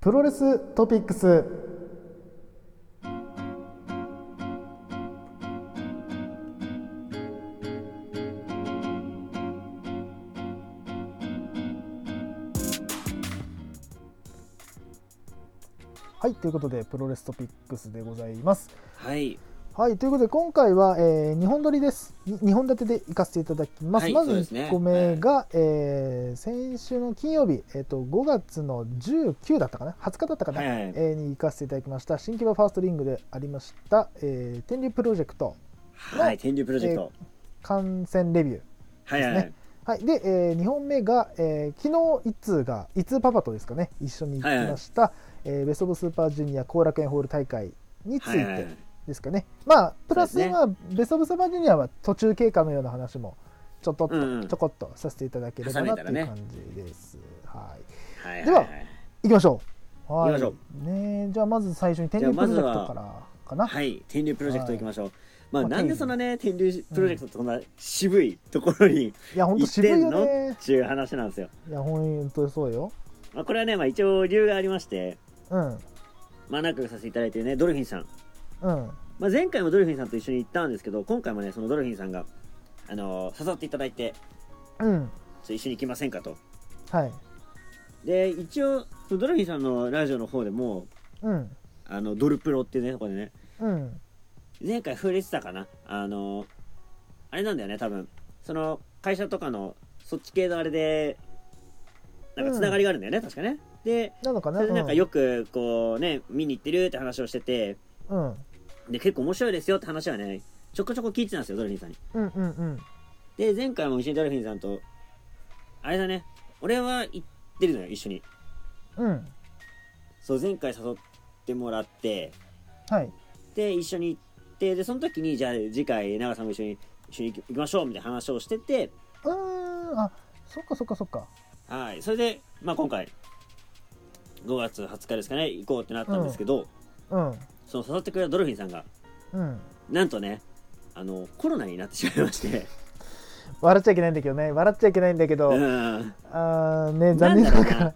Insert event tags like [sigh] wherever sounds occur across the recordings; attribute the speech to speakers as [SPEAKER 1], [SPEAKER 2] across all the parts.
[SPEAKER 1] プロレストピックスはいということでプロレストピックスでございます
[SPEAKER 2] はい。
[SPEAKER 1] はいということで今回は、え2本撮りです2本立てで行かせていただきます、
[SPEAKER 2] はい
[SPEAKER 1] まず
[SPEAKER 2] そうですね
[SPEAKER 1] 1個目が、えー先週の金曜日、えー、と5月の19だったかな20日だったかな、
[SPEAKER 2] はいはい
[SPEAKER 1] えーに行かせていただきました新規場ファーストリングでありました、えー天竜プロジェクト
[SPEAKER 2] はい。天竜プロジェクト。
[SPEAKER 1] 観戦レビュー
[SPEAKER 2] はいはい
[SPEAKER 1] で
[SPEAKER 2] は
[SPEAKER 1] す
[SPEAKER 2] い。
[SPEAKER 1] はい、で、え2本目が、えー昨日一通が一通パパとですかね一緒に行きました、えーベスト・オブ・スーパージュニア後楽園ホール大会につい
[SPEAKER 2] はい
[SPEAKER 1] て、
[SPEAKER 2] はいはい。
[SPEAKER 1] ですかね。まあ、プラス
[SPEAKER 2] そうですね
[SPEAKER 1] は、ベスト・オブ・サバジュニアは途中経過のような話も、ちょっとっと、
[SPEAKER 2] うんうん
[SPEAKER 1] ちょこっとさせていただければなってい
[SPEAKER 2] 挟め
[SPEAKER 1] う
[SPEAKER 2] たら
[SPEAKER 1] 感じです。はい。
[SPEAKER 2] はいはいい
[SPEAKER 1] では行きましょう。は
[SPEAKER 2] 行きましょ
[SPEAKER 1] ねえじゃあ、まず最初に天竜
[SPEAKER 2] じ
[SPEAKER 1] プ
[SPEAKER 2] ゃあ
[SPEAKER 1] ロジ
[SPEAKER 2] まず
[SPEAKER 1] ェ
[SPEAKER 2] は
[SPEAKER 1] クトからかな。
[SPEAKER 2] はい。天竜プロジェクト行きましょう。まあ、
[SPEAKER 1] まあ
[SPEAKER 2] なんでそんなね、天竜プロジェクトってそんな渋いところに
[SPEAKER 1] いや、ほんと
[SPEAKER 2] 行っ
[SPEAKER 1] 渋
[SPEAKER 2] て
[SPEAKER 1] い
[SPEAKER 2] ん
[SPEAKER 1] よ
[SPEAKER 2] のっ
[SPEAKER 1] ね。
[SPEAKER 2] ていう話なんですよ。
[SPEAKER 1] いや、ほんとそうよ。
[SPEAKER 2] まあ、これはね、まあ一応理由がありまして、
[SPEAKER 1] うん。
[SPEAKER 2] まあ仲良くさせていただいてね、ドルフィンさん。
[SPEAKER 1] うん。
[SPEAKER 2] まあ前回もドルフィンさんと一緒に行ったんですけど、今回もね、そのドルフィンさんが、あのー誘っていただいて、
[SPEAKER 1] うん。
[SPEAKER 2] ちょっと一緒に行きませんかと。
[SPEAKER 1] はい。
[SPEAKER 2] で、一応、そのドルフィンさんのラジオの方でも、
[SPEAKER 1] うん。
[SPEAKER 2] あの、ドルプロっていうね、とこでね、
[SPEAKER 1] うん。
[SPEAKER 2] 前回触れてたかなあのあれなんだよね多分その会社とかのそっち系のあれでなんかつながりがあるんだよね、確かねで
[SPEAKER 1] なのか
[SPEAKER 2] そ
[SPEAKER 1] な
[SPEAKER 2] れでなんかよくこうね見に行ってるって話をしてて
[SPEAKER 1] うん。うん。
[SPEAKER 2] で結構面白いですよって話はねちょこちょこ聞いてたんですよドルフィンさんに
[SPEAKER 1] うんうんうん。
[SPEAKER 2] で前回も一緒にドルフィンさんとあれだね俺は行ってるのよ一緒に
[SPEAKER 1] うん。
[SPEAKER 2] そう前回誘ってもらって
[SPEAKER 1] はい。
[SPEAKER 2] で一緒に行ってでその時にじゃあ次回長さんも一緒に一緒に行き行きましょうみたいな話をしてて
[SPEAKER 1] うーん。あ、そっかそっかそっか。
[SPEAKER 2] はい、それで、まあ、今回5月20日ですかね行こうってなったんですけど、
[SPEAKER 1] うん。
[SPEAKER 2] その誘ってくれたドルフィンさんが
[SPEAKER 1] うん。
[SPEAKER 2] なんとねあのコロナになってしまい
[SPEAKER 1] [laughs]
[SPEAKER 2] まして
[SPEAKER 1] 笑っちゃいけないんだけどね。笑っちゃいけないんだけど。
[SPEAKER 2] うん
[SPEAKER 1] あーね残念ながら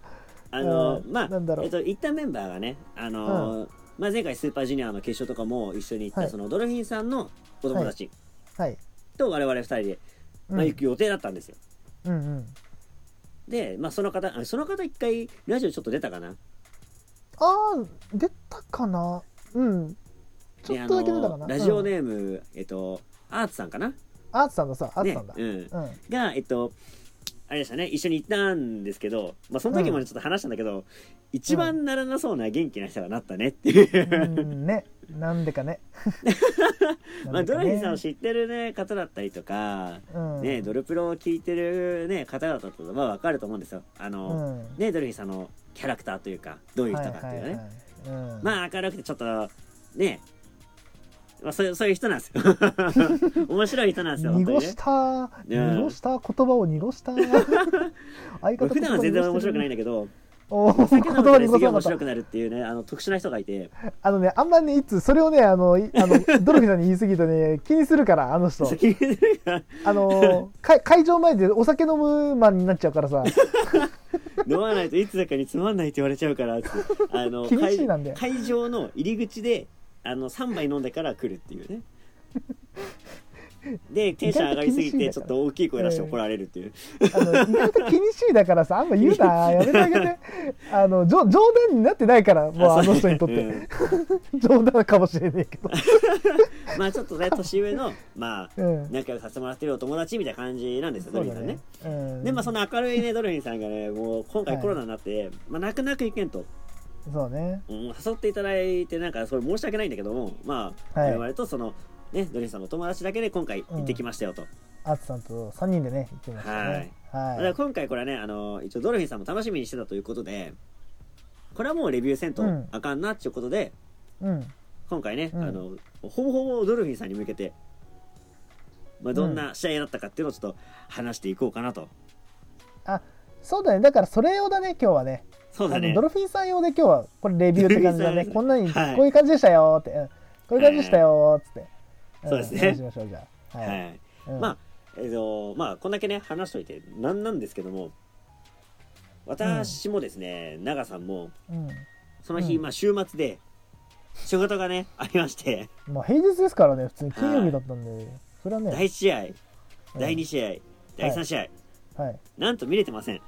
[SPEAKER 2] あの
[SPEAKER 1] うん
[SPEAKER 2] まあ
[SPEAKER 1] なんだろう
[SPEAKER 2] えっと行ったメンバーがねあの、まあ、前回スーパージュニアの決勝とかも一緒に行った、
[SPEAKER 1] はい
[SPEAKER 2] そのドルフィンさんのお友達
[SPEAKER 1] はい、
[SPEAKER 2] と我々2人で、
[SPEAKER 1] うん
[SPEAKER 2] まあ、行く予定だったんですよ、
[SPEAKER 1] うんうん
[SPEAKER 2] で、まあ、その方あその方一回ラジオちょっと出たかな
[SPEAKER 1] あー出たかなうんち
[SPEAKER 2] で
[SPEAKER 1] ょっとだけ出たかな
[SPEAKER 2] あのラジオ
[SPEAKER 1] ね、
[SPEAKER 2] ネーム、えっとアーツさんかな
[SPEAKER 1] うん、アーツさんださアーツさんだ、
[SPEAKER 2] ねうん、
[SPEAKER 1] うん
[SPEAKER 2] が、えっと、あれでしたね、一緒に行ったんですけど、まあ、その時も
[SPEAKER 1] う
[SPEAKER 2] ね
[SPEAKER 1] ん
[SPEAKER 2] ちょっと話したんだけど、一番ならなそうな元気な人がなったねっていう。
[SPEAKER 1] うんねなんでかね
[SPEAKER 2] [laughs] まあ、ドラフィーさんを
[SPEAKER 1] い
[SPEAKER 2] 知ってる、ね、方だったりとか、
[SPEAKER 1] うん
[SPEAKER 2] ね、ドルプロを聞いてる、ね、方々だと、まあ、わかると思うんですよ。あ
[SPEAKER 1] う
[SPEAKER 2] の、
[SPEAKER 1] ん
[SPEAKER 2] ね、ドルフィーさんのキャラクターというか、どういう人かっていう
[SPEAKER 1] は
[SPEAKER 2] ね。
[SPEAKER 1] いはいはいうん、
[SPEAKER 2] まあ、明るくてちょっと、ね、まあ、そういう、そういう人なんです
[SPEAKER 1] [laughs]
[SPEAKER 2] よ。面白い人なんですよ、本当
[SPEAKER 1] 濁
[SPEAKER 2] にね
[SPEAKER 1] した、濁した言葉を濁
[SPEAKER 2] [laughs]
[SPEAKER 1] した相
[SPEAKER 2] まあ普段は全然面白くないん
[SPEAKER 1] ね
[SPEAKER 2] だけど、
[SPEAKER 1] おー
[SPEAKER 2] お酒
[SPEAKER 1] 言
[SPEAKER 2] 飲むと
[SPEAKER 1] 葉
[SPEAKER 2] ね
[SPEAKER 1] に
[SPEAKER 2] す
[SPEAKER 1] こ
[SPEAKER 2] げえ
[SPEAKER 1] そ
[SPEAKER 2] 面
[SPEAKER 1] また
[SPEAKER 2] 白くなるっていうね、あの、特殊な人がいて、
[SPEAKER 1] あのねあんまねいつそれをねあのいあ
[SPEAKER 2] [laughs]
[SPEAKER 1] のドルフィンさんに言い過ぎるとね気にするからあの人
[SPEAKER 2] 先に
[SPEAKER 1] あのーか会場前でお酒飲むマンになっちゃうからさ
[SPEAKER 2] 飲まないといつだかにつまんないって言われちゃうからってあ
[SPEAKER 1] [laughs]
[SPEAKER 2] の
[SPEAKER 1] 厳しいなんだよ
[SPEAKER 2] 会会場の入り口であの3杯飲んでから来るっ
[SPEAKER 1] [laughs]
[SPEAKER 2] ていうねでテンション上がりすぎてちょっと大きい声出して怒られるっていう、
[SPEAKER 1] あの意外と気にしいだからさあんま言う
[SPEAKER 2] [laughs]
[SPEAKER 1] なやめてあげてあのじょ冗談になってないからもうあの人にとって、
[SPEAKER 2] うん
[SPEAKER 1] [laughs] 冗談かもしれねえけど、
[SPEAKER 2] まあちょっとね年上のまあ
[SPEAKER 1] うん、
[SPEAKER 2] 仲良くさせてもらってるお友達みたいな感じなんですよドルフィンさんね
[SPEAKER 1] そうだうん
[SPEAKER 2] でまあその明るいねドルフィンさんがねもう今回コロナになって、まあ泣く泣くいけんと、
[SPEAKER 1] そうね
[SPEAKER 2] うん、誘っていただいてなんかそれ申し訳ないんだけどもまあ、
[SPEAKER 1] はい
[SPEAKER 2] 我々とそのねドルフィンさんのお友達だけで今回行ってきましたよと、
[SPEAKER 1] アツさんと3人でね行ってましたねはい
[SPEAKER 2] だから今回これはねあの一応ドルフィンさんも楽しみにしてたということでこれはもうレビューせんと
[SPEAKER 1] うん
[SPEAKER 2] あかんなっていうことで、
[SPEAKER 1] うん
[SPEAKER 2] 今回ね、
[SPEAKER 1] うん
[SPEAKER 2] あのほぼほぼドルフィンさんに向けて、まあ、どんな試合だったかっていうのをちょっと話していこうかなと、
[SPEAKER 1] そうだねだからそれ用だね今日はね
[SPEAKER 2] そうだ
[SPEAKER 1] あの
[SPEAKER 2] ね
[SPEAKER 1] ドルフィンさん用で今日はこれレビューって感じだ
[SPEAKER 2] ドルフィンさん用
[SPEAKER 1] ね
[SPEAKER 2] です
[SPEAKER 1] こんなに、
[SPEAKER 2] はい
[SPEAKER 1] こういう感じでしたよーって、うんこういう感じでしたよーっつって、ん
[SPEAKER 2] そうですね
[SPEAKER 1] 話しましょうじゃあ
[SPEAKER 2] はい、
[SPEAKER 1] うん
[SPEAKER 2] まあえっ、とまあこんだけね話しといてなんなんですけども私もですね、長さんも
[SPEAKER 1] うん
[SPEAKER 2] その日、
[SPEAKER 1] うん
[SPEAKER 2] まあ週末で、仕事がね、ありまして、
[SPEAKER 1] まあ平日ですからね普通に金曜日だったんでそれはね
[SPEAKER 2] 第1試合、
[SPEAKER 1] うん
[SPEAKER 2] 第2試合、第3試合、
[SPEAKER 1] はい
[SPEAKER 2] なんと見れてません。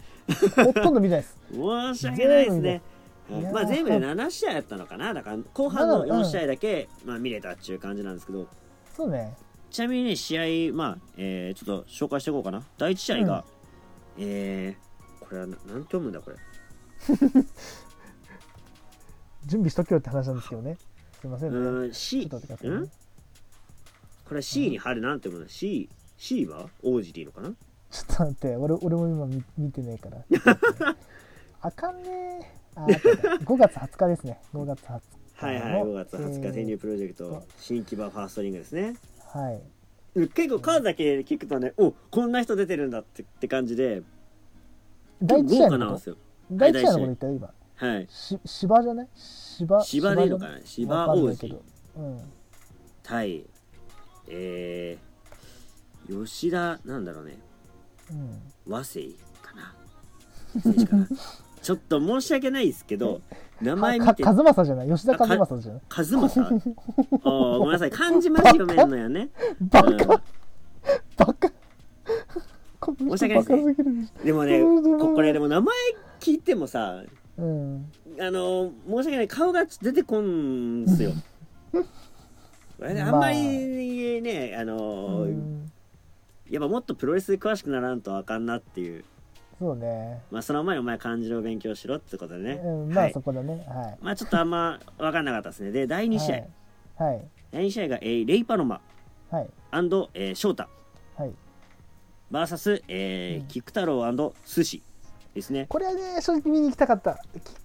[SPEAKER 1] ほとんど見ないです
[SPEAKER 2] 申し訳ないですね。
[SPEAKER 1] 全部で
[SPEAKER 2] はい
[SPEAKER 1] いやー
[SPEAKER 2] まあ全部で7試合やったのかな、だから後半の4試合だけ、まあ見れたっていう感じなんですけど、
[SPEAKER 1] そうね
[SPEAKER 2] ちなみにね、試合、まあ、えーちょっと紹介していこうかな。第1試合が、えー、これはな、なんて読むんだ、これ。
[SPEAKER 1] 準備しとけよって話なんですけどねすいませ
[SPEAKER 2] うん
[SPEAKER 1] ね
[SPEAKER 2] ー
[SPEAKER 1] ち
[SPEAKER 2] ん、
[SPEAKER 1] ょ
[SPEAKER 2] C
[SPEAKER 1] っと、待ってください
[SPEAKER 2] ん
[SPEAKER 1] ね
[SPEAKER 2] これは C に春なんて読むの ?C、C は王子でいいのかな
[SPEAKER 1] ちょっと待って俺俺も今見見てないからちょっと
[SPEAKER 2] [laughs]
[SPEAKER 1] 待ってあかんねーああったあった5月20日ですね5月20日
[SPEAKER 2] はいはい、5月20日、
[SPEAKER 1] えー
[SPEAKER 2] 潜入プロジェクト、新木場ファーストリングですね。
[SPEAKER 1] はい
[SPEAKER 2] 結構、数だけ聞くとね、おこんな人出てるんだってって感じで、
[SPEAKER 1] 第一試合
[SPEAKER 2] 豪華な
[SPEAKER 1] の
[SPEAKER 2] んで
[SPEAKER 1] こ
[SPEAKER 2] すよ。
[SPEAKER 1] と第一試合のこと言ったよ今
[SPEAKER 2] はい。
[SPEAKER 1] し芝じゃない芝
[SPEAKER 2] 芝でいいのか
[SPEAKER 1] じ
[SPEAKER 2] な
[SPEAKER 1] ゃないわ
[SPEAKER 2] 芝
[SPEAKER 1] かん
[SPEAKER 2] 王
[SPEAKER 1] ないけ
[SPEAKER 2] 子
[SPEAKER 1] どうん
[SPEAKER 2] 対、えー、吉田、なんだろうね、
[SPEAKER 1] うん
[SPEAKER 2] 和製かな。選手か
[SPEAKER 1] [laughs]
[SPEAKER 2] なちょっと申し訳ないですけど、名前見
[SPEAKER 1] か
[SPEAKER 2] て、
[SPEAKER 1] か和正じゃない吉田和正じゃない
[SPEAKER 2] 和正あーごめんなさい、漢字まで読めんのよね。
[SPEAKER 1] バカ、
[SPEAKER 2] うん
[SPEAKER 1] バ
[SPEAKER 2] [laughs]
[SPEAKER 1] カこの
[SPEAKER 2] 申し
[SPEAKER 1] 人
[SPEAKER 2] 訳ない
[SPEAKER 1] バ
[SPEAKER 2] ですね
[SPEAKER 1] カすぎるでし
[SPEAKER 2] でもね、ここれでも名前聞いてもさ、
[SPEAKER 1] ょうん
[SPEAKER 2] あの申し訳ない顔が出てこんすよこれねあんまりね、あの
[SPEAKER 1] うん
[SPEAKER 2] やっぱもっとプロレスで詳しくならんとあかんなっていう
[SPEAKER 1] そうね
[SPEAKER 2] まあその前にお前漢字の勉強しろってことでね、
[SPEAKER 1] うんま
[SPEAKER 2] は
[SPEAKER 1] あ
[SPEAKER 2] い
[SPEAKER 1] そこだねは
[SPEAKER 2] まあちょっとあんま分かんなかったですねで第
[SPEAKER 1] い
[SPEAKER 2] 2試合、
[SPEAKER 1] はいはい
[SPEAKER 2] 第2試合が、えーレイパロマ
[SPEAKER 1] はい
[SPEAKER 2] えーショータ
[SPEAKER 1] はい
[SPEAKER 2] VS、えー
[SPEAKER 1] うん
[SPEAKER 2] キクタロウ寿司ですね
[SPEAKER 1] これはね正直見に行きたかった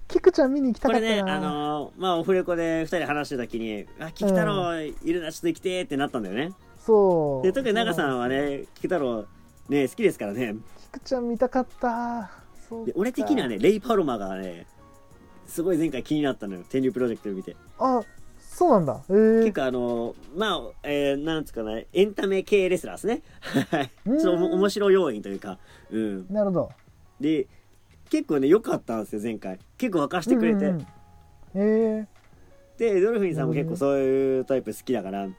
[SPEAKER 1] き菊ちゃん見に行きた
[SPEAKER 2] こ
[SPEAKER 1] か
[SPEAKER 2] れ
[SPEAKER 1] ったな
[SPEAKER 2] ね、あのーまあ、オフレコで2人で話してた時に「あキクタロウいるなちょっと来て」ってなったんだよね、
[SPEAKER 1] そう
[SPEAKER 2] で特に長さんはね菊太郎ね好きですからね
[SPEAKER 1] 菊ちゃん見たかったそう
[SPEAKER 2] で
[SPEAKER 1] か
[SPEAKER 2] 俺的にはねレイ・パロマがねすごい前回気になったのよ天竜プロジェクトを見て、
[SPEAKER 1] あそうなんだえー、
[SPEAKER 2] 結構あのまあ、えーなんつうかなエンタメ系レスラーですねはい
[SPEAKER 1] うん
[SPEAKER 2] その面白要因というかうん
[SPEAKER 1] なるほど
[SPEAKER 2] で結構ね良かったんですよ前回結構沸かしてくれて、
[SPEAKER 1] うんうんうんえ
[SPEAKER 2] でドルフィンさんも結構そういうタイプ好きだから
[SPEAKER 1] ー、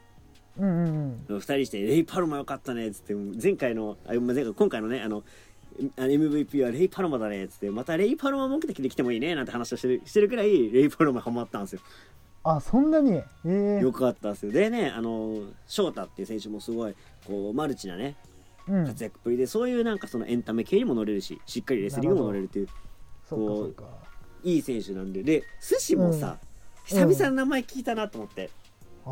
[SPEAKER 1] うんうんうん
[SPEAKER 2] 2人して「レイ・パロマ良かったね」っつって前回のあ前回今回のねあのあの MVP はレイ・パロマだねっつってまたレイ・パロマ目的で来てもいいねなんて話をしてるしてるくらいレイ・パロマハマったんですよ
[SPEAKER 1] あそんなにえー、
[SPEAKER 2] よかったですよでねあの翔太っていう選手もすごいこうマルチなね
[SPEAKER 1] うん
[SPEAKER 2] 活躍っぷりでそういうなんかそのエンタメ系にも乗れるししっかりレスリングも乗れるっていう
[SPEAKER 1] そうかそうか
[SPEAKER 2] いい選手なんでで寿司もさ、
[SPEAKER 1] うん
[SPEAKER 2] 久々の名前聞いたなと思って、
[SPEAKER 1] あ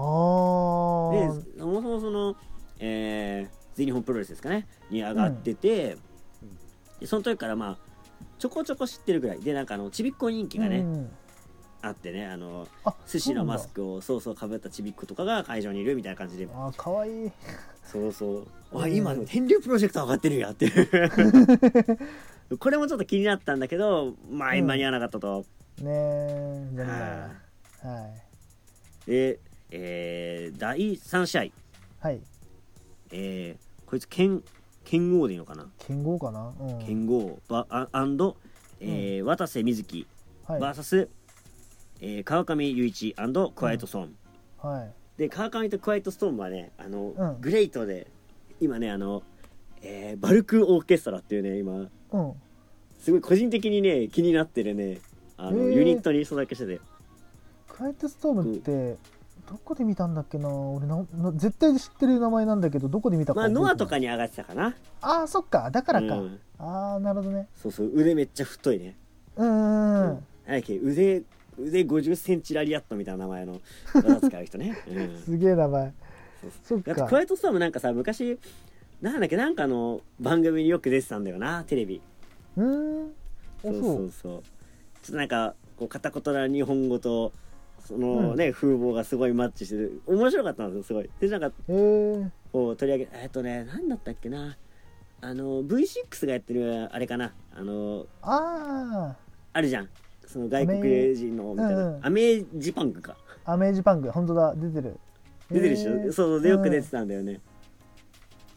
[SPEAKER 1] ー
[SPEAKER 2] でそもそもその、えー、全日本プロレスですかねに上がってて、でその時からまあちょこちょこ知ってるぐらいでなんかあのちびっこ人気がね、
[SPEAKER 1] うんうん
[SPEAKER 2] あってねあの
[SPEAKER 1] あ
[SPEAKER 2] 寿司のマスクをそうそうかぶったちびっ子とかが会場にいるみたいな感じで
[SPEAKER 1] そうなんだあーかわいい
[SPEAKER 2] そうそうあ
[SPEAKER 1] うん
[SPEAKER 2] 今でも天竜プロジェクト上がってるやっていうこれもちょっと気になったんだけどまあ
[SPEAKER 1] うん
[SPEAKER 2] 間に合わなかったと、
[SPEAKER 1] ねえ残念なが
[SPEAKER 2] は
[SPEAKER 1] らはい
[SPEAKER 2] いで、えー第3試合、
[SPEAKER 1] はい
[SPEAKER 2] えーこいつ剣剣王でいいのかな
[SPEAKER 1] 剣豪かなうん
[SPEAKER 2] 剣豪バあアンド、えー渡瀬瑞希
[SPEAKER 1] はいは
[SPEAKER 2] VS、えー川上雄一アンドクワイエットソン、
[SPEAKER 1] い
[SPEAKER 2] で川上とクワイエットストーンはねあの、
[SPEAKER 1] うん
[SPEAKER 2] グレイトで今ねあの、えーバルクオーケストラっていうね今
[SPEAKER 1] うん
[SPEAKER 2] すごい個人的にね気になってるねあの
[SPEAKER 1] へー
[SPEAKER 2] ユニットに所属してて
[SPEAKER 1] クワイエットストームってどこで見たんだっけな俺なな絶対知ってる名前なんだけどどこで見たか
[SPEAKER 2] まあ
[SPEAKER 1] 覚えて
[SPEAKER 2] ノ
[SPEAKER 1] ない
[SPEAKER 2] アとかに上がってたかな
[SPEAKER 1] あーそっかだからか、
[SPEAKER 2] うん
[SPEAKER 1] ああなるほどね
[SPEAKER 2] そうそう腕めっちゃ太いね、
[SPEAKER 1] うんうんうん
[SPEAKER 2] なんだっけ腕腕50センチラリアットみたいな名前の技使う
[SPEAKER 1] [laughs]
[SPEAKER 2] 人ね、うん
[SPEAKER 1] すげえ名前
[SPEAKER 2] そう
[SPEAKER 1] そっ
[SPEAKER 2] だっ
[SPEAKER 1] か
[SPEAKER 2] てクワイエットストームなんかさ昔なんだっけなんかの番組によく出てたんだよなテレビ
[SPEAKER 1] うーんあ
[SPEAKER 2] そう
[SPEAKER 1] そ
[SPEAKER 2] そううそうちょっとなんかこう片言な日本語とそのね、風貌がすごいマッチしてる面白かったんですよすごいでなんか
[SPEAKER 1] えー、
[SPEAKER 2] こう取り上げえっとね何だったっけなあの V6 がやってるあれかなあの
[SPEAKER 1] あ
[SPEAKER 2] あるじゃんその外国人のみたいな、
[SPEAKER 1] うんうん
[SPEAKER 2] アメージパンクか
[SPEAKER 1] あアメージパンク本当だ出てる
[SPEAKER 2] 出てるでしょ、
[SPEAKER 1] えー
[SPEAKER 2] そうそうでよく出てたんだよね、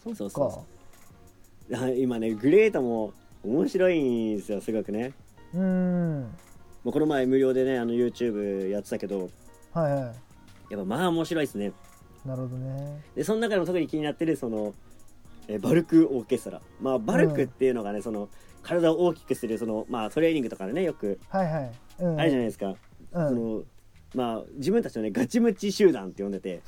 [SPEAKER 1] うん
[SPEAKER 2] そ
[SPEAKER 1] そうう
[SPEAKER 2] そう
[SPEAKER 1] か
[SPEAKER 2] そ今ねグレートも面白いんですよすごくね
[SPEAKER 1] うーん
[SPEAKER 2] まあ、この前無料でねあの YouTube やってたけど
[SPEAKER 1] はいは
[SPEAKER 2] やっぱまあ面白いですね
[SPEAKER 1] いなるほどね
[SPEAKER 2] でその中でも特に気になってるそのえーバルクオーケストラまあバルクっていうのがね、その体を大きくするそのまあトレーニングとかでねよく
[SPEAKER 1] はいはいうん
[SPEAKER 2] あるじゃないですか、
[SPEAKER 1] うん
[SPEAKER 2] そのまあ自分たちのねガチムチ集団って呼ん
[SPEAKER 1] [laughs]
[SPEAKER 2] でて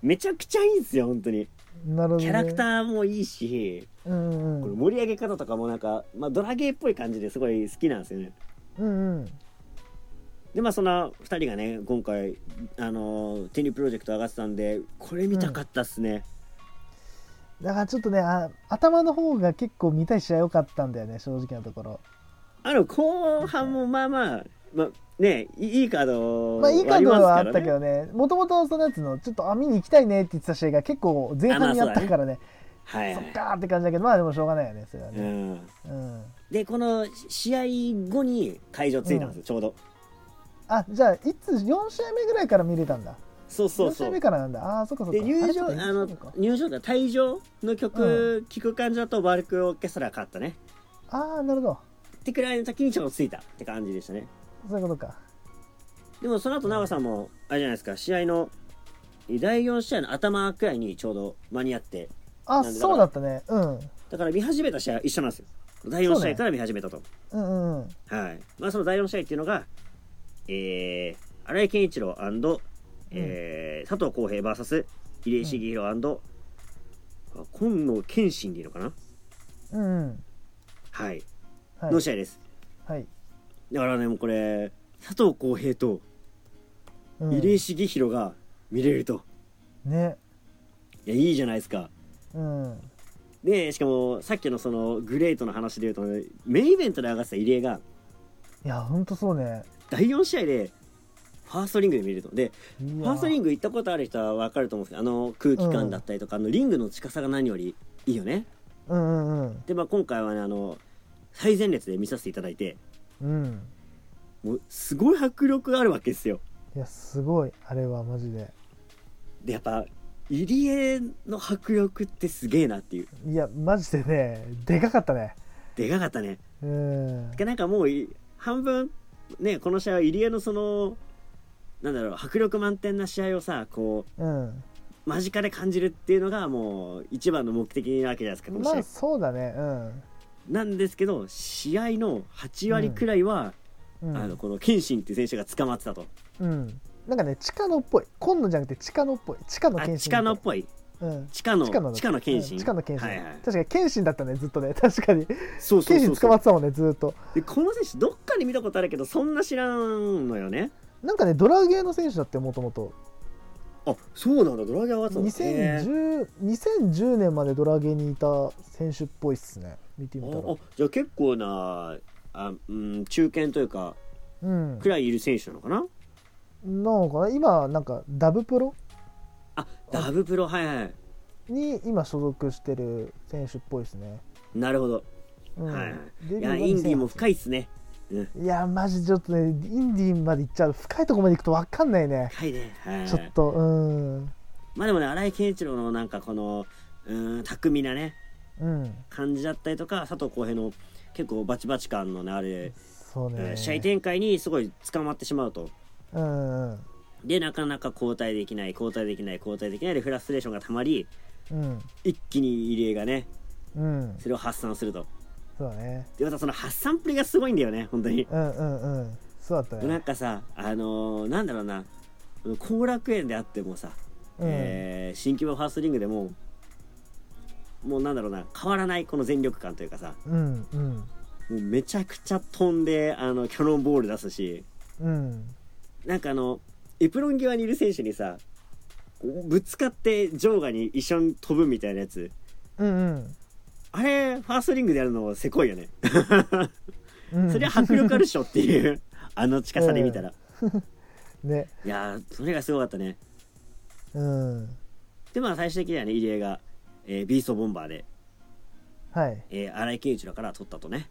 [SPEAKER 2] めちゃくちゃいいんですよ本当に
[SPEAKER 1] なるほどね
[SPEAKER 2] キャラクターもいいし、
[SPEAKER 1] うんう
[SPEAKER 2] これ
[SPEAKER 1] ん
[SPEAKER 2] 盛り上げ方とかもなんか、まあ、ドラゲーっぽい感じですごい好きなんですよね
[SPEAKER 1] うんうん
[SPEAKER 2] でまあそんな2人がね今回あのーテニプロジェクト上がってたんでこれ見たかったっすね、
[SPEAKER 1] だからちょっとねあ頭の方が結構見たい試合良かったんだよね正直なところ
[SPEAKER 2] あの後半もまあまあ、まあ、ねいいいカード
[SPEAKER 1] まあいいカードはあったけ
[SPEAKER 2] りま
[SPEAKER 1] どねもともとそのやつのちょっとあ見に行きたいねって言ってた試合が結構前半にあったからね
[SPEAKER 2] すからねはい
[SPEAKER 1] そ
[SPEAKER 2] は
[SPEAKER 1] っ
[SPEAKER 2] い
[SPEAKER 1] かーって感じだけどまあでもしょうがないよねそれは
[SPEAKER 2] う
[SPEAKER 1] ね
[SPEAKER 2] ん、
[SPEAKER 1] うん
[SPEAKER 2] でこの試合後に会場着いたんですよ、ちょうど
[SPEAKER 1] あじゃあいつ4試合目ぐらいから見れたんだ
[SPEAKER 2] そうそう
[SPEAKER 1] 4試
[SPEAKER 2] そ
[SPEAKER 1] 合
[SPEAKER 2] う
[SPEAKER 1] 目からなんだあーそっかそっか
[SPEAKER 2] で入場
[SPEAKER 1] あ
[SPEAKER 2] あ
[SPEAKER 1] れ
[SPEAKER 2] の
[SPEAKER 1] そうか
[SPEAKER 2] 入場が退場の曲聞く感じだとバルクオーケストラ勝ったね
[SPEAKER 1] あーなるほど
[SPEAKER 2] ってくらいの時にちょうど着いたって感じでしたね
[SPEAKER 1] そういうことか
[SPEAKER 2] でもその後長さんもあれじゃないですか試合の第4試合の頭くらいにちょうど間に合って
[SPEAKER 1] あ
[SPEAKER 2] なんでだから
[SPEAKER 1] そうだったねうん
[SPEAKER 2] だから見始めた試合は一緒なんですよ第4
[SPEAKER 1] そう
[SPEAKER 2] 試
[SPEAKER 1] ね
[SPEAKER 2] 合から見始めたと、
[SPEAKER 1] うんうんうん
[SPEAKER 2] はいまあその第4試合っていうのがえー、荒井健一郎えー佐藤浩平 VS 入江茂弘、あ今野謙信でいいのかな
[SPEAKER 1] うんうん
[SPEAKER 2] はい、
[SPEAKER 1] はい
[SPEAKER 2] の試合です
[SPEAKER 1] はい
[SPEAKER 2] だからねもうこれ佐藤浩平と
[SPEAKER 1] うん
[SPEAKER 2] 入江茂弘が見れると、
[SPEAKER 1] ね
[SPEAKER 2] いやいいじゃないですか
[SPEAKER 1] うん
[SPEAKER 2] でしかもさっきのそのグレートの話で言うと、ね、メインイベントで上がってた入江が
[SPEAKER 1] いやほんとそうね
[SPEAKER 2] 第4試合でファーストリングで見れるとで
[SPEAKER 1] フ
[SPEAKER 2] ファーストリング行ったことある人は分かると思うんですけどあの空気感だったりとか、あのリングの近さが何よりいいよね
[SPEAKER 1] うんうんうん
[SPEAKER 2] で、まあ、今回はねあの最前列で見させていただいて
[SPEAKER 1] うん
[SPEAKER 2] もうすごい迫力があるわけですよ
[SPEAKER 1] いやすごいあれはマジで
[SPEAKER 2] でやっぱ入江の迫力ってすげえなっていう
[SPEAKER 1] いやマジでねでかかったね
[SPEAKER 2] でかかったね
[SPEAKER 1] うん
[SPEAKER 2] でなんかもうい半分ねこの試合は入江のそのなんだろう迫力満点な試合をさこ
[SPEAKER 1] うん
[SPEAKER 2] う間近で感じるっていうのがもう一番の目的なわけじゃないですかこの
[SPEAKER 1] ま
[SPEAKER 2] 試合
[SPEAKER 1] あそうだねうん
[SPEAKER 2] なんですけど試合の8割くらいは、
[SPEAKER 1] うん
[SPEAKER 2] あのこの謙信っていう選手が捕まってたと、
[SPEAKER 1] うんなんかね近野っぽい今野じゃなくて近野っぽい近野
[SPEAKER 2] あ
[SPEAKER 1] 謙信
[SPEAKER 2] 近野っ
[SPEAKER 1] い
[SPEAKER 2] ぽい
[SPEAKER 1] うん
[SPEAKER 2] 近野
[SPEAKER 1] 近野だ
[SPEAKER 2] 近野謙信、
[SPEAKER 1] うん近野謙信
[SPEAKER 2] はいはい
[SPEAKER 1] 確かに謙信だったねずっとね [laughs] 確かに
[SPEAKER 2] そうそ
[SPEAKER 1] 謙
[SPEAKER 2] うそう
[SPEAKER 1] 信
[SPEAKER 2] そ
[SPEAKER 1] 捕
[SPEAKER 2] う
[SPEAKER 1] まってたもんねずっと
[SPEAKER 2] でこの選手どっかで見たことあるけどそんな知らんのよね
[SPEAKER 1] なんかねドラゲーの選手だってもともと
[SPEAKER 2] あそうなんだドラギャーはそう
[SPEAKER 1] 2010 2010年までドラゲーにいた選手っぽいっすね見てみた
[SPEAKER 2] あ
[SPEAKER 1] ら
[SPEAKER 2] あじゃあ結構なあ、うん、中堅というか
[SPEAKER 1] うん
[SPEAKER 2] くらいいる選手なのかな
[SPEAKER 1] なのかな今なんかダブプロ
[SPEAKER 2] あダブプロはいはい
[SPEAKER 1] に今所属してる選手っぽいですね。
[SPEAKER 2] なるほど、
[SPEAKER 1] うん
[SPEAKER 2] はい
[SPEAKER 1] デ
[SPEAKER 2] い
[SPEAKER 1] ビューが
[SPEAKER 2] やインディーも深
[SPEAKER 1] い。
[SPEAKER 2] いっすね
[SPEAKER 1] いやマジちょっとねインディーまで行っちゃう深いとこまで行くと分かんないね。
[SPEAKER 2] 深いねはい
[SPEAKER 1] ちょっとうん
[SPEAKER 2] まあでもね荒井健一郎のなんかこのうーん巧みなね
[SPEAKER 1] うん
[SPEAKER 2] 感じだったりとか佐藤浩平の結構バチバチ感のねあれ、
[SPEAKER 1] そう
[SPEAKER 2] え
[SPEAKER 1] ね。
[SPEAKER 2] ー試合展開にすごい捕まってしまうと
[SPEAKER 1] うんうん
[SPEAKER 2] でなかなか交代できない交代できない交代できないでフラストレーションがたまり
[SPEAKER 1] うん
[SPEAKER 2] 一気に入江がね
[SPEAKER 1] うん
[SPEAKER 2] それを発散すると
[SPEAKER 1] そうだね。
[SPEAKER 2] でまたその発散っぷりがすごいんだよね本当に
[SPEAKER 1] うんうんうんそうだった
[SPEAKER 2] なん
[SPEAKER 1] ね。
[SPEAKER 2] かさあのーなんだろうな後楽園であってもさ、
[SPEAKER 1] うん
[SPEAKER 2] えー新規版ファーストリングでももうなんだろうな変わらないこの全力感というかさ
[SPEAKER 1] うんうん
[SPEAKER 2] もうめちゃくちゃ飛んであのキャノンボール出すし
[SPEAKER 1] うん
[SPEAKER 2] なんかあのエプロン際にいる選手にさこうぶつかって場外に一緒に飛ぶみたいなやつ
[SPEAKER 1] うん
[SPEAKER 2] あれファーストリングでやるのせこいよね
[SPEAKER 1] うん。
[SPEAKER 2] そりゃ迫力あるっしょっていうあの近さで
[SPEAKER 1] [laughs]
[SPEAKER 2] 見たら、
[SPEAKER 1] ね
[SPEAKER 2] いやーそれがすごかったね
[SPEAKER 1] うん
[SPEAKER 2] でまあ最終的にはね入江が、えービーストボンバーで、
[SPEAKER 1] はい
[SPEAKER 2] えー、荒井健一郎から取ったとね